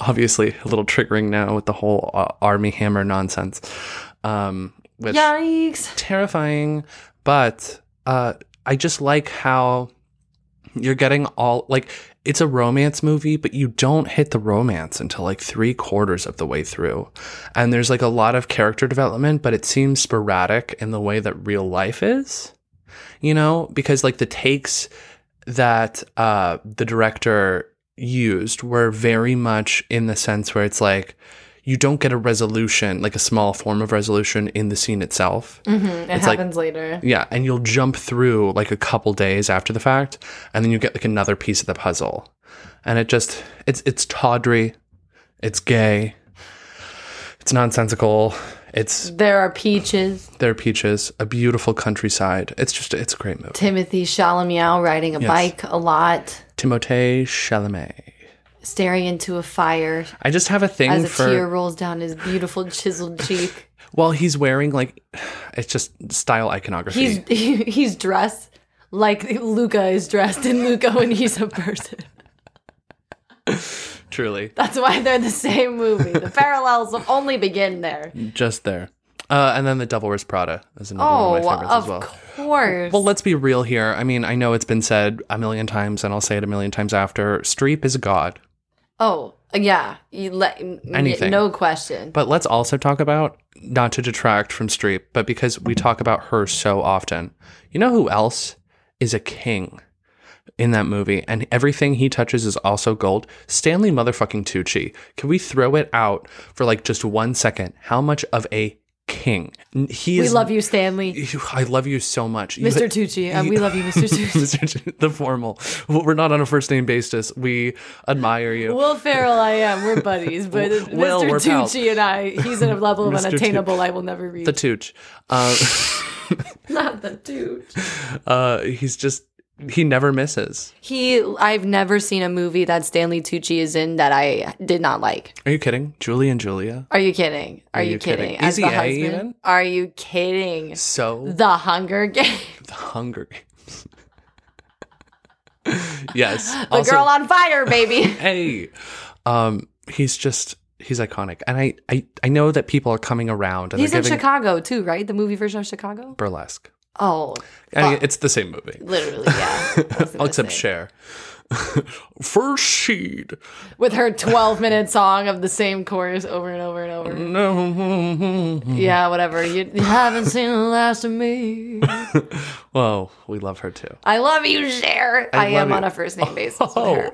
obviously a little triggering now with the whole uh, army hammer nonsense. Um, which
Yikes.
terrifying, but uh, I just like how you're getting all like it's a romance movie, but you don't hit the romance until like three quarters of the way through. And there's like a lot of character development, but it seems sporadic in the way that real life is, you know, because like the takes that uh, the director used were very much in the sense where it's like, you don't get a resolution, like a small form of resolution in the scene itself.
Mm-hmm. It
It's like-
happens later.
Yeah, and you'll jump through like a couple days after the fact, and then you get like another piece of the puzzle. And it just it's it's tawdry, it's gay, it's nonsensical, it's
There are peaches.
there are peaches, a beautiful countryside. It's just it's a great movie.
Timothy Chalamet riding a bike a lot,
Timothée Chalamet.
staring into a fire
I just have a thing
as a
for
tear rolls down his beautiful chiseled cheek.
well, he's wearing like it's just style iconography.
He's he, he's dressed like Luca is dressed in Luca when he's a person.
truly.
That's why they're the same movie. The parallels only begin there.
Just there. Uh, and then the Devil Wears Prada is another one
Oh,
of my favorites
of
as well.
course.
Well, let's be real here. I mean, I know it's been said a million times, and I'll say it a million times after. Streep is a god.
oh, yeah. You let,
Anything.
Anything. No question.
But let's also talk about, not to detract from Streep, but because we talk about her so often. You know who else is a king in that movie? And everything he touches is also gold? Stanley motherfucking Tucci. Can we throw it out for like just one second? How much of a king? He
we
is.
love you, Stanley.
I love you so much. You-
Mr. Tucci. Uh, we love you, Mr. Tucci.
Mr. J- the formal. Well, We're not on a first name basis. We admire you.
Will Ferrell, I am. We're buddies. But
Will,
Mr.
we're pals.
Tucci and I, he's at a level of
Mr.
unattainable I will never reach.
The Tooch. Uh,
Not the dude.
uh, he's just, he never misses.
He, I've never seen a movie that Stanley Tucci is in that I did not like.
Are you kidding? Julie and Julia.
Are you kidding? Are, you, kidding? As
Easy
the
A
husband?
even?
Are you kidding?
So
The Hunger Games.
Hunger Games. yes.
The
also,
girl on fire, baby.
hey. Um, he's just, he's iconic. And I, I, I know that people are coming around and
He's
they're
in
giving
Chicago too, right? The movie version of Chicago.
burlesque.
Oh,
I mean, it's the same movie.
literally, yeah. I was gonna
Except
say.
share. First seed.
with her twelve-minute song of the same chorus over and over and over.
No.
Yeah, whatever. You haven't seen the last of me.
Whoa, we love her too.
I love you, Cher. I,
love
am
you.
on a first name basis. with
Oh,
her.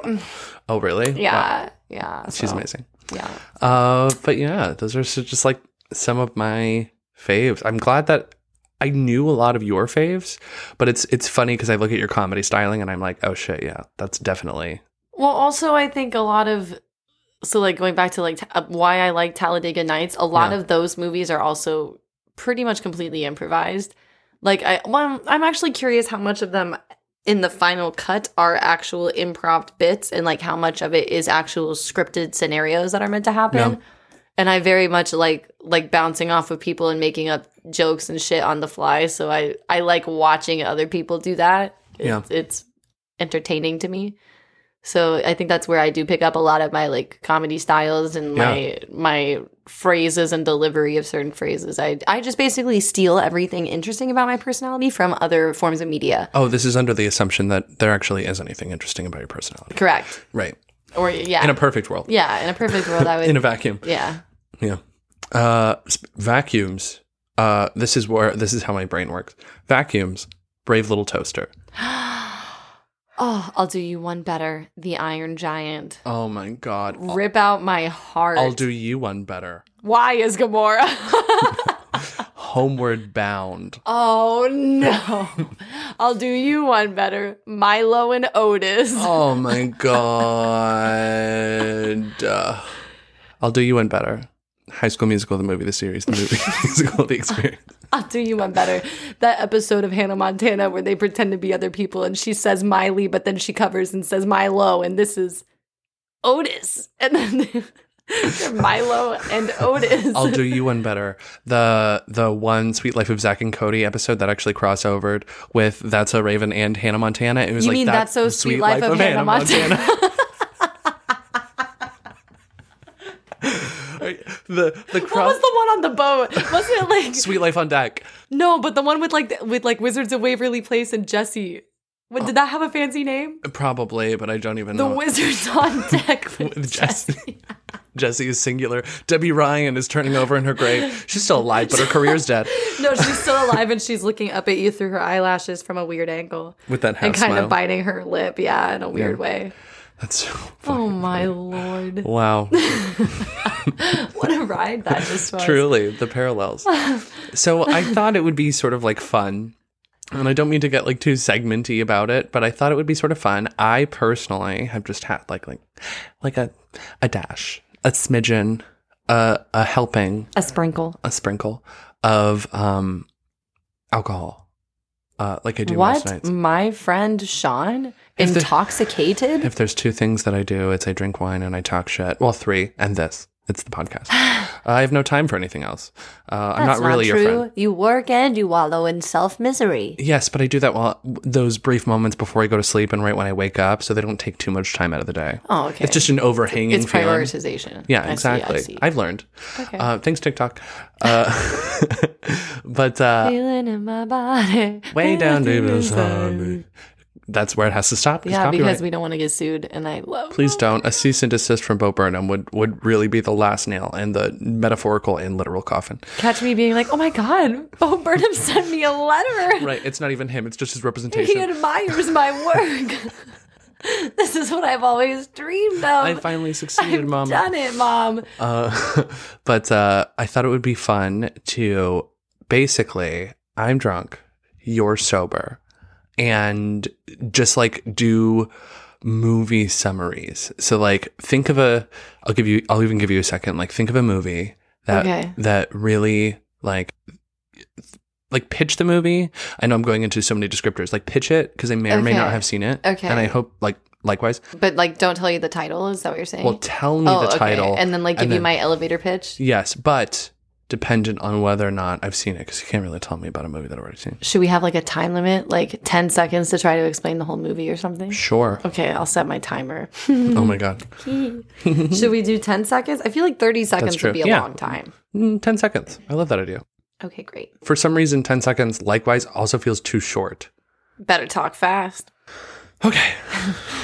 oh, really? Wow,
Yeah, yeah.
she's
so,
amazing.
Yeah.
Uh, but yeah, those are so- just like some of my faves. I'm glad that I knew a lot of your faves, but it's it's funny because I look at your comedy styling and I'm like, oh shit, yeah, that's definitely
Well, also, I think a lot of so like going back to like t- uh, why I like Talladega Nights. A lot
Yeah.
of those movies are also pretty much completely improvised. Like I, well, I'm, I'm actually curious how much of them in the final cut are actual improv bits, and like how much of it is actual scripted scenarios that are meant to happen.
Yeah.
And I very much like like bouncing off of people and making up jokes and shit on the fly. So I I like watching other people do that.
Yeah.
It's- it's entertaining to me. So I think that's where I do pick up a lot of my like comedy styles and my my phrases and delivery of certain phrases. I I just basically steal everything interesting about my personality from other forms of media.
oh, this is under the assumption that there actually is anything interesting about your personality.
Correct.
Right.
Or yeah.
In a perfect world.
yeah, in a perfect world I would
In a vacuum.
yeah.
Yeah. Uh, sp- vacuums. Uh, this is where this is how my brain works. Vacuums. Brave little toaster.
Oh, I'll do you one better. The Iron Giant.
Oh my god. I'll-
Rip out my heart.
I'll do you one better.
Why is Gamora?
Homeward bound.
Oh no. I'll do you one better. Milo and Otis.
Oh my god. Uh, I'll do you one better. High School Musical, the movie, the series, the movie, musical, the experience.
I'll do you one better. That episode of Hannah Montana where they pretend to be other people and she says Miley, but then she covers and says Milo, and this is Otis. And then they're Milo and Otis.
I'll do you one better. The the one Sweet Life of Zach and Cody episode that actually crossovered with That's a Raven and Hannah Montana. It was
you
like
mean
that
that's so sweet, life, of, Hannah, Montana.
the the
what
cross
was the one on the boat? Wasn't it like
Sweet Life on Deck.
no, but the one with like the- with like Wizards of Waverly Place and Jesse. What, did that have a fancy name?
Probably, but I don't even
The
know.
Wizards on Deck with
With
Jesse.
Jesse. Jesse is singular. Debbie Ryan is turning over in her grave. She's still alive, but her career's dead.
No, she's still alive and she's looking up at you through her eyelashes from a weird angle.
With that half
and kind
smile.
of biting her lip, yeah, in a weird
Yeah.
way.
That's so
Oh my lord.
wow.
What a ride that just was.
Truly, the parallels. so I thought it would be sort of like fun. And I don't mean to get like too segmenty about it, but I thought it would be sort of fun. I personally have just had like like like a a dash, a smidgen, a a helping,
A sprinkle.
a sprinkle of um alcohol. Uh like I do most
What?
nights.
My friend Sean?
If the-
Intoxicated?
If there's two things that I do, it's I drink wine and I talk shit. Well, three, and this. It's the podcast. I have no time for anything else. Uh, I'm not
That's
really your
true.
friend.
You work and you wallow in self misery.
Yes, but I do that while those brief moments before I go to sleep and right when I wake up, so they don't take too much time out of the day.
Oh, okay.
It's just an overhanging
it's
feeling.
prioritization. I see,
Yeah,
I
exactly.
see.
have learned.
Okay.
Uh, thanks, TikTok. Uh, but uh,
Feeling in my body.
way down to the
sun.
sun. That's where it has to stop. It's
Yeah,
copyright.
because we don't want to get sued, and I love
Please don't. A cease and desist from Bo Burnham would, would really be the last nail in the metaphorical and literal coffin.
catch me being like, "Oh my God, Bo Burnham sent me a letter.
Right. It's not even him. It's just his
He
representation.
admires my work. this is what I've always dreamed of.
I finally succeeded,
I've
Mom.
done it, Mom.
Uh, but uh, I thought it would be fun to basically, I'm drunk, you're sober, and just like do movie summaries. So like think of a, I'll give you, I'll even give you a second. Like think of a movie that
Okay.
that really like. Like pitch the movie. I know I'm going into so many descriptors. Like pitch it because I may or may not
Okay.
have seen it.
Okay.
And I hope like likewise.
But like, don't tell you the title. Is that what you're saying? Oh,
Well, tell me the title
and then like give you my elevator pitch.
Yes, but dependent on whether or not I've seen it, because you can't really tell me about a movie that I've already seen.
Should we have like a time limit, like ten seconds to try to explain the whole movie or something?
Sure.
Okay, I'll set my timer.
oh my god.
Should we do ten seconds? I feel like thirty seconds
true.
would be a
Yeah.
long time.
Mm, ten seconds. I love that idea.
Okay, great.
For some reason, ten seconds likewise also feels too short.
Better talk fast.
Okay.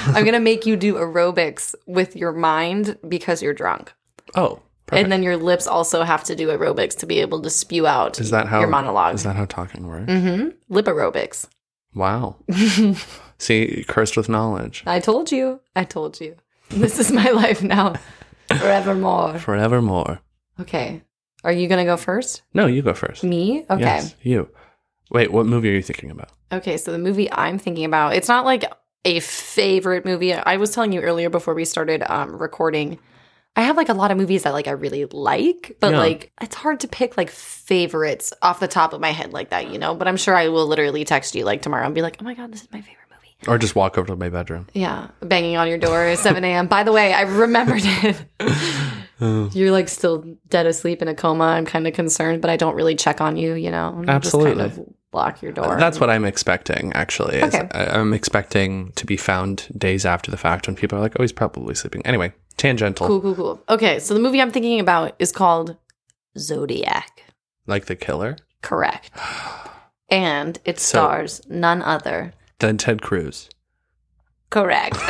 I'm gonna make you do aerobics with your mind because you're drunk,
Oh, perfect.
and then your lips also have to do aerobics to be able to spew out
is that how
your monologue.
Is that how talking works?
hmm Lip aerobics.
Wow. See, cursed with knowledge.
I told you. I told you. This is my life now, forevermore.
Forevermore.
Okay. Are you going to go first?
No, you go first.
Me? Okay.
Yes, you. Wait, what movie are you thinking about?
Okay, so the movie I'm thinking about, it's not like a favorite movie. I was telling you earlier before we started um, recording, I have like a lot of movies that like I really like, but
Yeah.
like it's hard to pick like favorites off the top of my head like that, you know? But I'm sure I will literally text you like tomorrow and be like, oh my God, this is my favorite movie.
Or just walk over to my bedroom.
Yeah, banging on your door at 7 a.m. By the way, I remembered it. You're like still dead asleep in a coma. I'm kind of concerned, but I don't really check on you, you know? and
Absolutely.
Just kind of lock your door.
That's what I'm expecting, actually. is
Okay.
I- I'm expecting to be found days after the fact when people are like, oh, he's probably sleeping. Anyway, tangential.
Cool, cool, cool. Okay, so the movie I'm thinking about is called Zodiac.
Like the killer?
Correct. And it
So-
stars none other.
Then Ted Cruz.
Correct.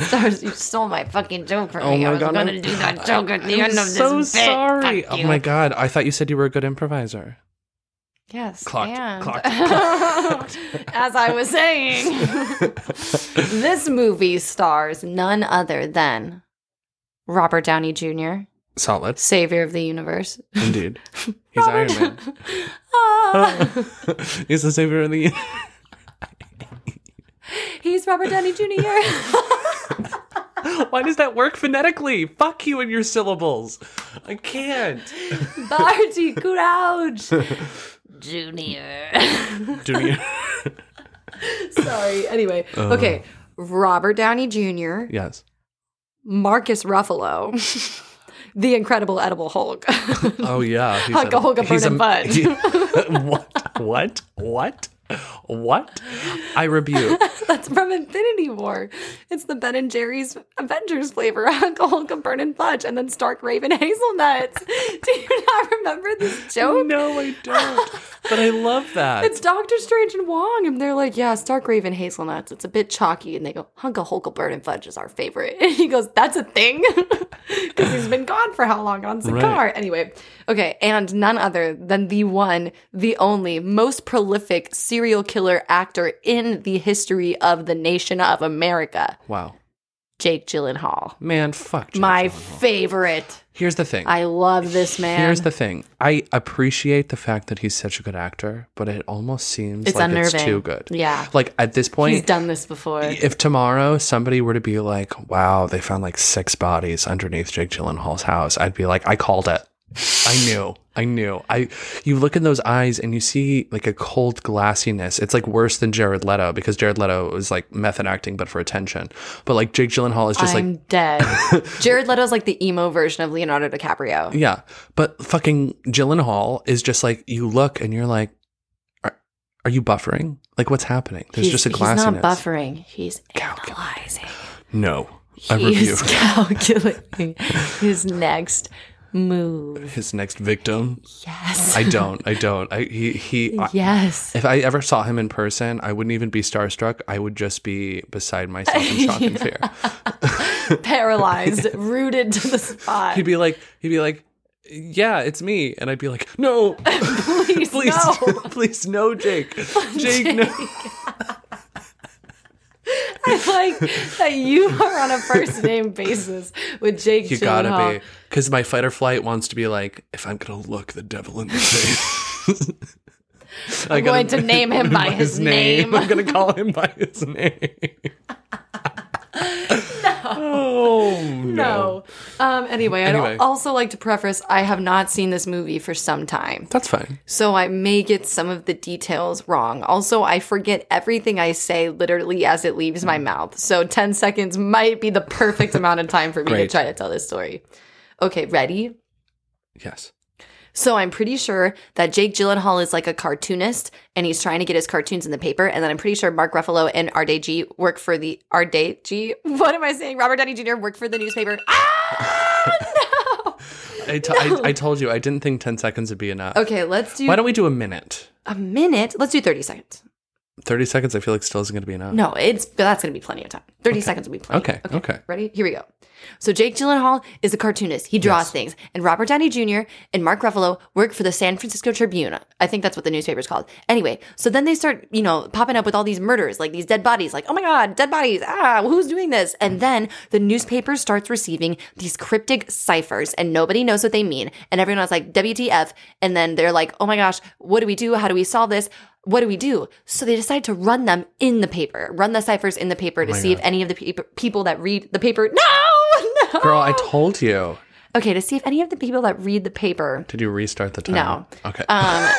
stars, you stole my fucking joke
Oh
from me. I was going to do that joke at the end of this.
so
bit.
sorry.
Fuck
Oh
you.
my God. I thought you said you were a good improviser.
Yes.
Clocked,
and-
clocked, clocked.
As I was saying, this movie stars none other than Robert Downey Jr.,
Solid.
savior of the universe.
Indeed. He's Iron Man.
Ah.
he's the savior of the.
He's Robert Downey Jr.
Why does that work phonetically? Fuck you and your syllables. I can't.
Barty Crouch Jr.
Junior.
Sorry. Anyway, okay. Robert Downey Jr.,
yes.
Marcus Ruffalo, the incredible Edible Hulk.
Oh yeah. He's
Hulk-
a-
Hulk of
he's
Burning
a-
Bud.
he- what? What? What? What? I rebuke.
That's from Infinity War. It's the Ben and Jerry's Avengers flavor, Uncle Hulk of Burn and Fudge, and then Stark Raven Hazelnuts. Do you not remember this joke?
no, I don't. But I love that.
It's Doctor Strange and Wong, and they're like, "Yeah, Stark Raven Hazelnuts. It's a bit chalky." And they go, "Hunka Hulk of Burn and Fudge is our favorite." And he goes, "That's a thing," because he's been gone for how long on Sakaar? Anyway, okay, and none other than the one, the only, most prolific serial killer actor in the history of the nation of America,
wow.
Jake Gyllenhaal.
Man, fuck. Jake
My
Gyllenhaal.
favorite.
Here's the thing.
I love this man.
Here's the thing. I appreciate the fact that he's such a good actor, but it almost seems
It's
like it's
unnerving.
too good.
Yeah.
Like at this
He's
point,
done this before.
if tomorrow somebody were to be like, "Wow, they found like six bodies underneath Jake Gyllenhaal's house," I'd be like, "I called it. I knew. I knew. I." You look in those eyes and you see like a cold glassiness. It's like worse than Jared Leto because Jared Leto was like method acting, but for attention. But like Jake Gyllenhaal is just like
I'm dead. Jared Leto's like the emo version of Leonardo DiCaprio.
Yeah, but fucking Gyllenhaal is just like you look and you're like, are, are you buffering? Like what's happening? There's
he's,
just a
he's
glassiness.
not buffering. He's
Calculating.
analyzing.
No, I
He's
rebuke
calculating his next move.
his next victim.
Yes.
I don't. I don't. I he he. I-
yes.
if I ever saw him in person, I wouldn't even be starstruck. I would just be beside myself in shock and fear.
Paralyzed, rooted to the spot.
He'd be like, he'd be like, yeah, it's me, and I'd be like, no,
Please,
please,
no. Oh,
please, no, Jake, Jake, no.
like that you are on a first name basis with Jake
You
Gyllenhaal.
gotta be. Because my fight or flight wants to be like, if I'm gonna look the devil in the face. I
I'm going to name him by his name.
I'm gonna call him by his name. Oh no.
No. Um, anyway, I'd
Anyway.
also like to preface I have not seen this movie for some time.
That's fine.
So I may get some of the details wrong. Also, I forget everything I say literally as it leaves
Mm.
my mouth. So 10 seconds might be the perfect amount of time for me to
Great.
try to tell this story. Okay, ready?
Yes.
So I'm pretty sure that Jake Gyllenhaal is like a cartoonist and he's trying to get his cartoons in the paper. And then I'm pretty sure Mark Ruffalo and RDG work for the RDG. What am I saying? Robert Downey Jr. work for the newspaper. Ah, no.
I to- I, I told you I didn't think ten seconds would be enough.
Okay, let's do
Why don't we do a minute?
a minute. Let's do 30 seconds.
Thirty seconds I feel like still isn't gonna be enough.
No, it's that's going to be plenty of time. 30 seconds will be plenty.
Okay, okay.
Ready? Here we go. So Jake Gyllenhaal is a cartoonist. He draws things. And Robert Downey Jr. and Mark Ruffalo work for the San Francisco Tribune. I think that's what the newspaper's called. Anyway, so then they start, you know, popping up with all these murders, like these dead bodies, like, oh my God, dead bodies. Ah, who's doing this? And then the newspaper starts receiving these cryptic ciphers and nobody knows what they mean. And everyone's like, WTF. And then they're like, oh my gosh, what do we do? How do we solve this? What do we do? So they decide to run them in the paper, run the ciphers in the paper to see if any of the peop people that read the paper, no, no.
Girl, I told you.
Okay, to see if any of the people that read the paper
Did you restart the timer?
No.
Okay.
um,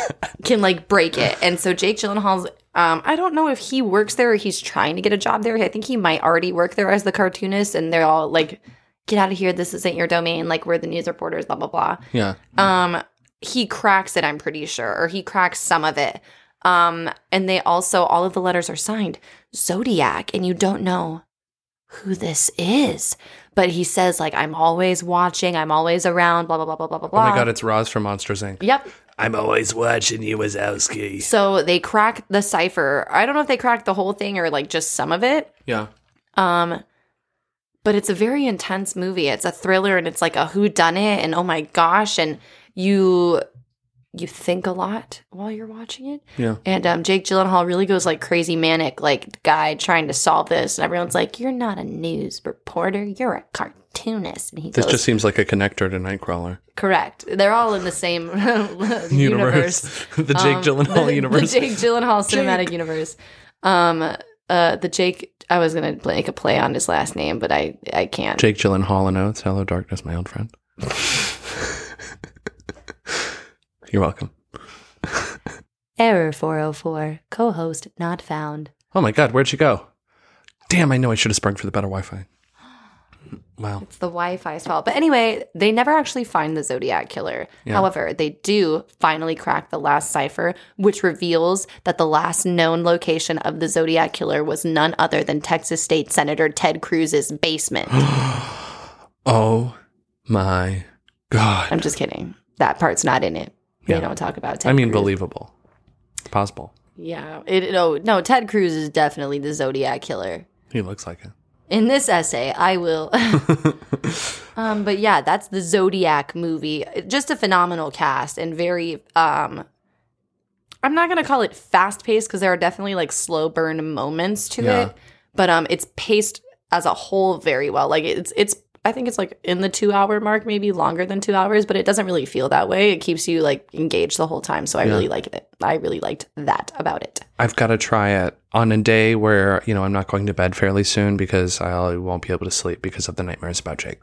can like break it. And so Jake Gyllenhaal's, um, I don't know if he works there or he's trying to get a job there. I think he might already work there as the cartoonist, and they're all like, "Get out of here! This isn't your domain. Like we're the news reporters." Blah blah blah.
yeah.
Um, he cracks it, I'm pretty sure, or he cracks some of it. Um, and they also all of the letters are signed Zodiac, and you don't know who this is. But he says like, "I'm always watching. I'm always around." Blah blah blah blah blah blah.
Oh my god, it's Roz from Monsters Inc.
Yep.
I'm always watching you, Wazowski.
So they crack the cipher. I don't know if they cracked the whole thing or like just some of it.
Yeah.
Um but it's a very intense movie. It's a thriller and it's like a who done it and oh my gosh and you you think a lot while you're watching it.
Yeah.
And um, Jake Gyllenhaal really goes like crazy manic, like guy trying to solve this, and everyone's like, "You're not a news reporter, you're a cartoonist." And he
This
goes,
just seems like a connector to Nightcrawler.
"Correct." They're all in the same universe.
the Jake
Um,
Gyllenhaal
the,
universe.
the Jake Gyllenhaal cinematic universe. Um, uh, the Jake. I was gonna make a play on his last name, but I I can't.
Jake Gyllenhaal and Oates. Hello, darkness, my old friend. You're welcome.
Error four hundred four. Co-host not found.
Oh my god, where'd she go? Damn, I know I should have sprung for the better Wi-Fi. Wow.
It's the Wi-Fi's fault. But anyway, they never actually find the Zodiac killer. However, they do finally crack the last cipher, which reveals that the last known location of the Zodiac killer was none other than Texas State Senator Ted Cruz's basement.
Oh my god.
I'm just kidding. That part's not in it. They
Yeah.
don't talk about Ted.
I mean,
Cruz.
believable. It's possible.
Yeah. It, no, no, Ted Cruz is definitely the Zodiac killer.
He looks like it.
In this essay, I will. um, but yeah, that's the Zodiac movie. Just a phenomenal cast and very. Um, I'm not gonna call it fast paced because there are definitely like slow burn moments to
Yeah.
it, but um, it's paced as a whole very well. Like it's it's. I think it's like in the two hour mark, maybe longer than two hours, but it doesn't really feel that way. It keeps you like engaged the whole time. So I really liked it. I really liked that about it.
I've got to try it on a day where, you know, I'm not going to bed fairly soon because I won't be able to sleep because of the nightmares about Jake.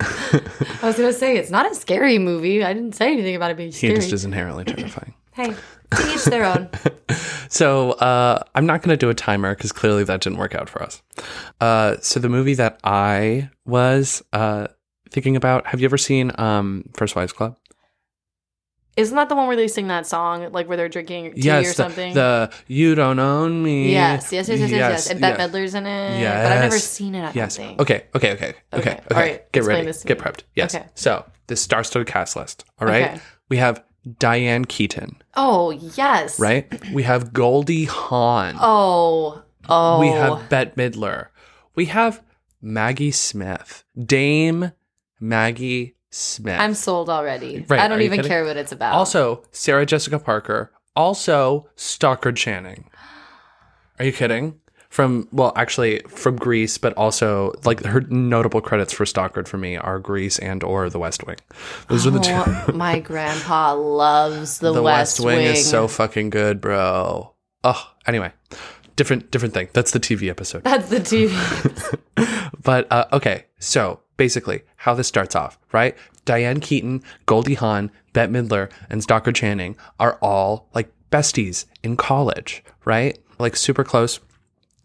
I was gonna say it's not a scary movie. I didn't say anything about it being
He
scary.
just is inherently terrifying.
Hey, to each their own.
So uh, I'm not going to do a timer because clearly that didn't work out for us. Uh, so the movie that I was uh, thinking about, have you ever seen um, First Wives Club?
Isn't that the one where they sing that song, like where they're drinking tea or
the-
something?
The, You Don't Own Me.
yes, yes, yes, yes, yes, yes. And Bette
yes.
Midler's in it. But I've never
Yes.
seen it, I
Yes.
don't think.
Okay. Okay. Okay. Okay. Okay.
All right,
Get
explain
ready.
this to
Get
me.
prepped. Yes.
Okay.
So this star-studded cast list. All right.
Okay.
We have Diane Keaton.
Oh, yes.
Right. we have Goldie Hawn.
Oh, oh.
We have Bette Midler. We have Maggie Smith. Dame Maggie Smith.
I'm sold already.
Right,
I
are
don't
you
even
kidding?
care what it's about.
also Sarah Jessica Parker. Also Stockard Channing. Are you kidding? From well, actually, from Greece, but also like her notable credits for Stockard for me are Greece and or The West Wing. Those are the two.
Oh, my grandpa loves the,
the
West, Wing.
is so fucking good, bro. Oh, anyway, different different thing. That's the TV episode.
That's the TV.
But uh, okay, so basically, how this starts off, right? Diane Keaton, Goldie Hawn, Bette Midler, and Stockard Channing are all like besties in college, right? Like super close.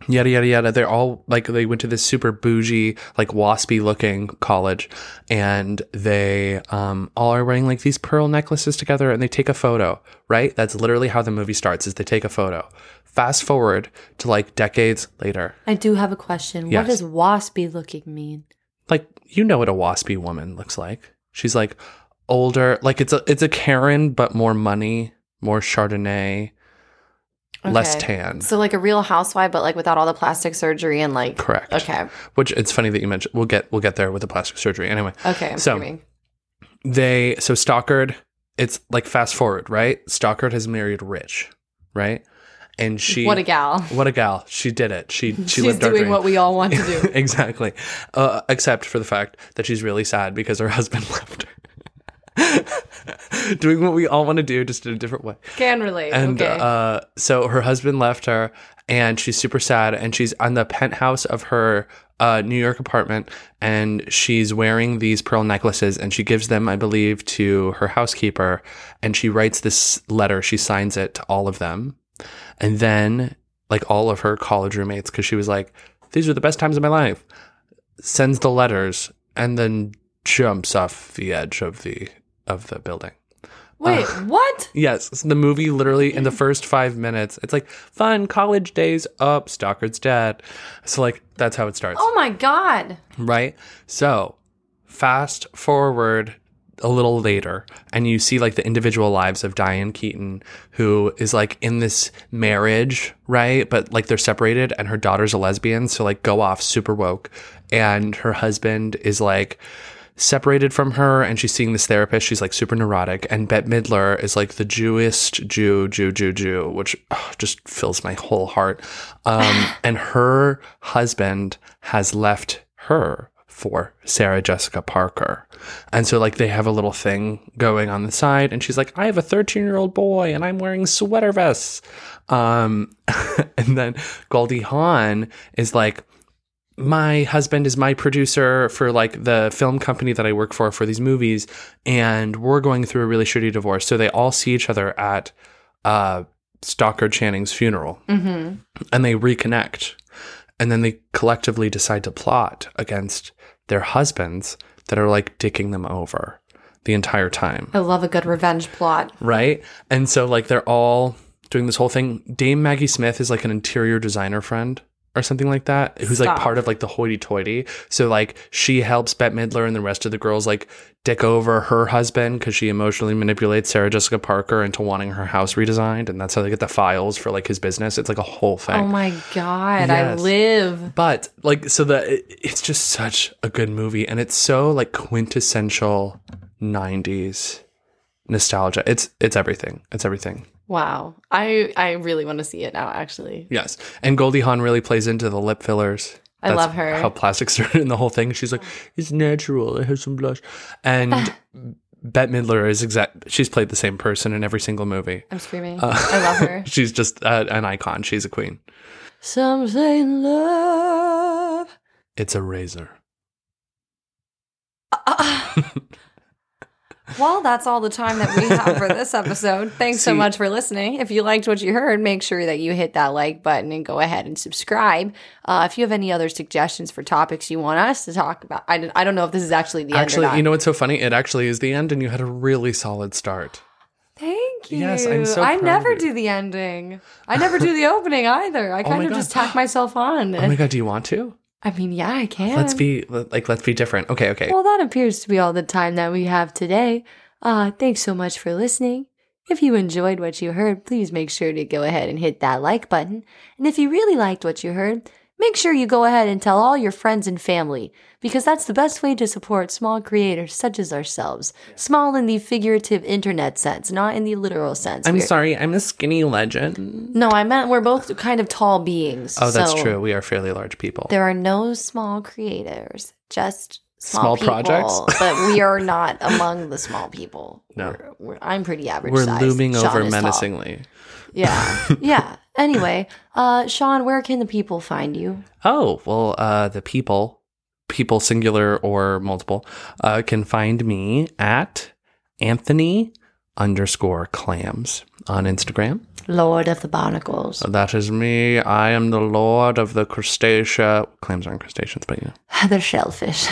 Yada yada yada. They're all like they went to this super bougie, like waspy looking college, and they um, all are wearing like these pearl necklaces together, and they take a photo. Right? That's literally how the movie starts. Is they take a photo. Fast forward to like decades later,
I do have a question.
Yes.
What does waspy looking mean?
like you know what a waspy woman looks like. She's like older, like it's a it's a Karen but more money, more Chardonnay, less
Okay.
tan.
So like a real housewife, but like without all the plastic surgery and like.
Correct.
Okay.
Which it's funny that you mentioned. We'll get we'll get there with the plastic surgery anyway.
Okay. I'm
So-
screaming.
They so Stockard. It's like fast forward, right? Stockard has married Rich, right? And she
what a gal.
What a gal! She did it. She she
She's
lived our
doing
dream.
what we all want to do.
exactly, uh, except for the fact that she's really sad because her husband left her. doing what we all want to do, just in a different way.
Can relate.
And
okay.
uh, so her husband left her, and she's super sad. And she's on the penthouse of her uh, New York apartment, and she's wearing these pearl necklaces. And she gives them, I believe, to her housekeeper. And she writes this letter. She signs it to all of them, and then like all of her college roommates, because she was like, "These are the best times of my life." Sends the letters, and then jumps off the edge of the of the building. Ah.
Wait. what?
Yes, so the movie literally in the first five minutes, it's like fun college days up, Stockard's dead. So like that's how it starts,
Oh my god.
right? So fast forward a little later, and you see like the individual lives of Diane Keaton, who is like in this marriage, right? But like they're separated, and her daughter's a lesbian, so like go off super woke, and her husband is like separated from her and she's seeing this therapist. She's like super neurotic. And Bette Midler is like the Jewest Jew, Jew, Jew, Jew, which ugh, just fills my whole heart. Um, and her husband has left her for Sarah Jessica Parker. And so like they have a little thing going on the side and she's like, I have a 13 year old boy and I'm wearing sweater vests. Um, and then Goldie Hawn is like, my husband is my producer for like the film company that I work for for these movies, and we're going through a really shitty divorce. So they all see each other at uh, Stockard Channing's funeral,
Mm-hmm.
and they reconnect, and then they collectively decide to plot against their husbands that are like dicking them over the entire time
I love a good revenge plot.
right? And so like they're all doing this whole thing. Dame Maggie Smith is like an interior designer friend or something like that, who's
Stop.
like part of like the hoity-toity. So like she helps Bette Midler and the rest of the girls like dick over her husband because she emotionally manipulates Sarah Jessica Parker into wanting her house redesigned, and that's how they get the files for like his business. It's like a whole thing.
Oh my god. I
Yes.
live.
But like, so the it- it's just such a good movie, and it's so like quintessential '90s nostalgia. It's it's everything. It's everything.
Wow. I I really want to see it now. Actually.
Yes, and Goldie Hawn really plays into the lip fillers.
I love her.
How plastic surgery and the whole thing. She's like, it's natural. I have some blush, and Bette Midler is exact. She's played the same person in every single movie.
I'm screaming.
Uh.
I love her.
She's just uh, an icon. She's a queen.
Some say love.
It's a razor.
Well, that's all the time that we have for this episode. Thanks so
See-
much for listening. If you liked what you heard, make sure that you hit that like button and go ahead and subscribe. Uh, if you have any other suggestions for topics you want us to talk about, I don't, I don't know if this is actually the
Actually,
end. Or
you
not.
know what's so funny? It actually is the end, and you had a really solid start.
Thank you.
Yes, I'm so
I
proud
never
of you. Oh
do the ending. I never do the opening either. I kind
my
of
God.
just tack myself on.
Oh my god, do you want to?
I mean, yeah, I can.
Let's be like, let's be different. Okay, okay.
Well, that appears to be all the time that we have today. Uh, thanks so much for listening. If you enjoyed what you heard, please make sure to go ahead and hit that like button. And if you really liked what you heard, make sure you go ahead and tell all your friends and family because that's the best way to support small creators such as ourselves. Small in the figurative internet sense, not in the literal sense.
I'm
We're-
sorry, I'm a skinny legend.
No, I meant we're both kind of tall beings.
Oh, that's
so
true. We are fairly large people.
There are no small creators, just small,
Small
people,
projects?
but we are not among the small people.
No.
We're- we're- I'm pretty average.
We're
sized.
looming
Sean
over
is tall.
menacingly.
Yeah, yeah. Anyway, uh, Sean, where can the people find you?
Oh, well, uh, the people, people singular or multiple, uh, can find me at Anthony underscore clams on Instagram.
Lord of the Barnacles,
That is me. I am the lord of the crustacea. Clams aren't crustaceans, but you
the shellfish,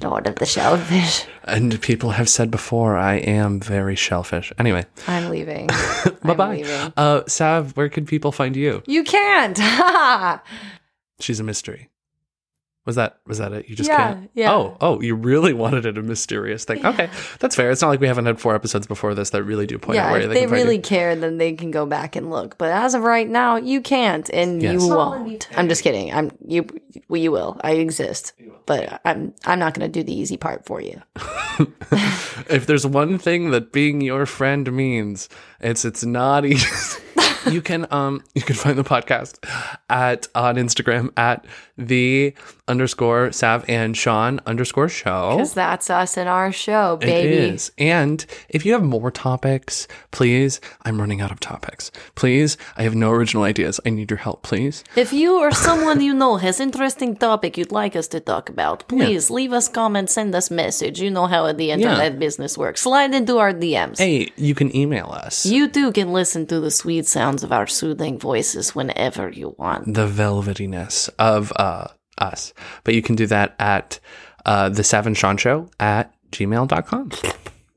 know.
Lord of the shellfish.
and people have said before, I am very shellfish. Anyway,
I'm leaving.
bye
leaving.
bye. Uh, Sav, where can people find you?
You can't.
She's a mystery. Was that was that it? You just
Yeah,
can't.
yeah.
Oh, oh, you really wanted it a mysterious thing. Okay, that's fair. It's not like we haven't had four episodes before this that really do point out
yeah,
where
if
they,
they
can find you.
really care, then they can go back and look. But as of right now, you can't, and
Yes.
you won't. I'm just kidding. I'm you. Well, you will. I exist, but I'm I'm not going to do the easy part for you.
If there's one thing that being your friend means, it's it's not easy. you can um you can find the podcast at on Instagram at the underscore Sav and Sean underscore show.
Because that's us in our show,
It
baby.
is. And if you have more topics, please, I'm running out of topics. Please, I have no original ideas. I need your help, please.
If you or someone you know has interesting topic you'd like us to talk about, please leave us comments, send us message. You know how the internet business works. Slide into our DMs.
Hey, you can email us.
You too can listen to the sweet sounds of our soothing voices whenever you want.
the velvetyness of uh, us. But you can do that at uh, the Savin Sean Show at gmail.com.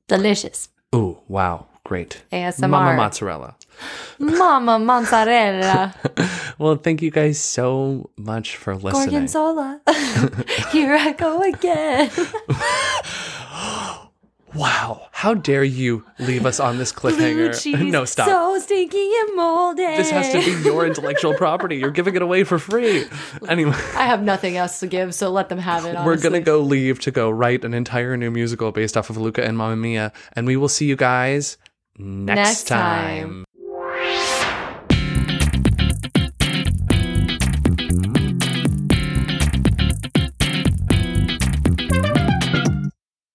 Delicious.
Ooh, wow. Great.
ASMR.
Mama mozzarella.
Mama mozzarella,
Well, thank you guys so much for listening.
gorgonzola. Here I go again.
wow. How dare you leave us on this
Blue
cliffhanger?
cheese,
no, stop.
So stinky and moldy.
this has to be your intellectual property. You're giving it away for free. Anyway,
I have nothing else to give, so let them have it.
we're going to go leave to go write an entire new musical based off of Luca and Mamma Mia. And we will see you guys next,
Next time.
time.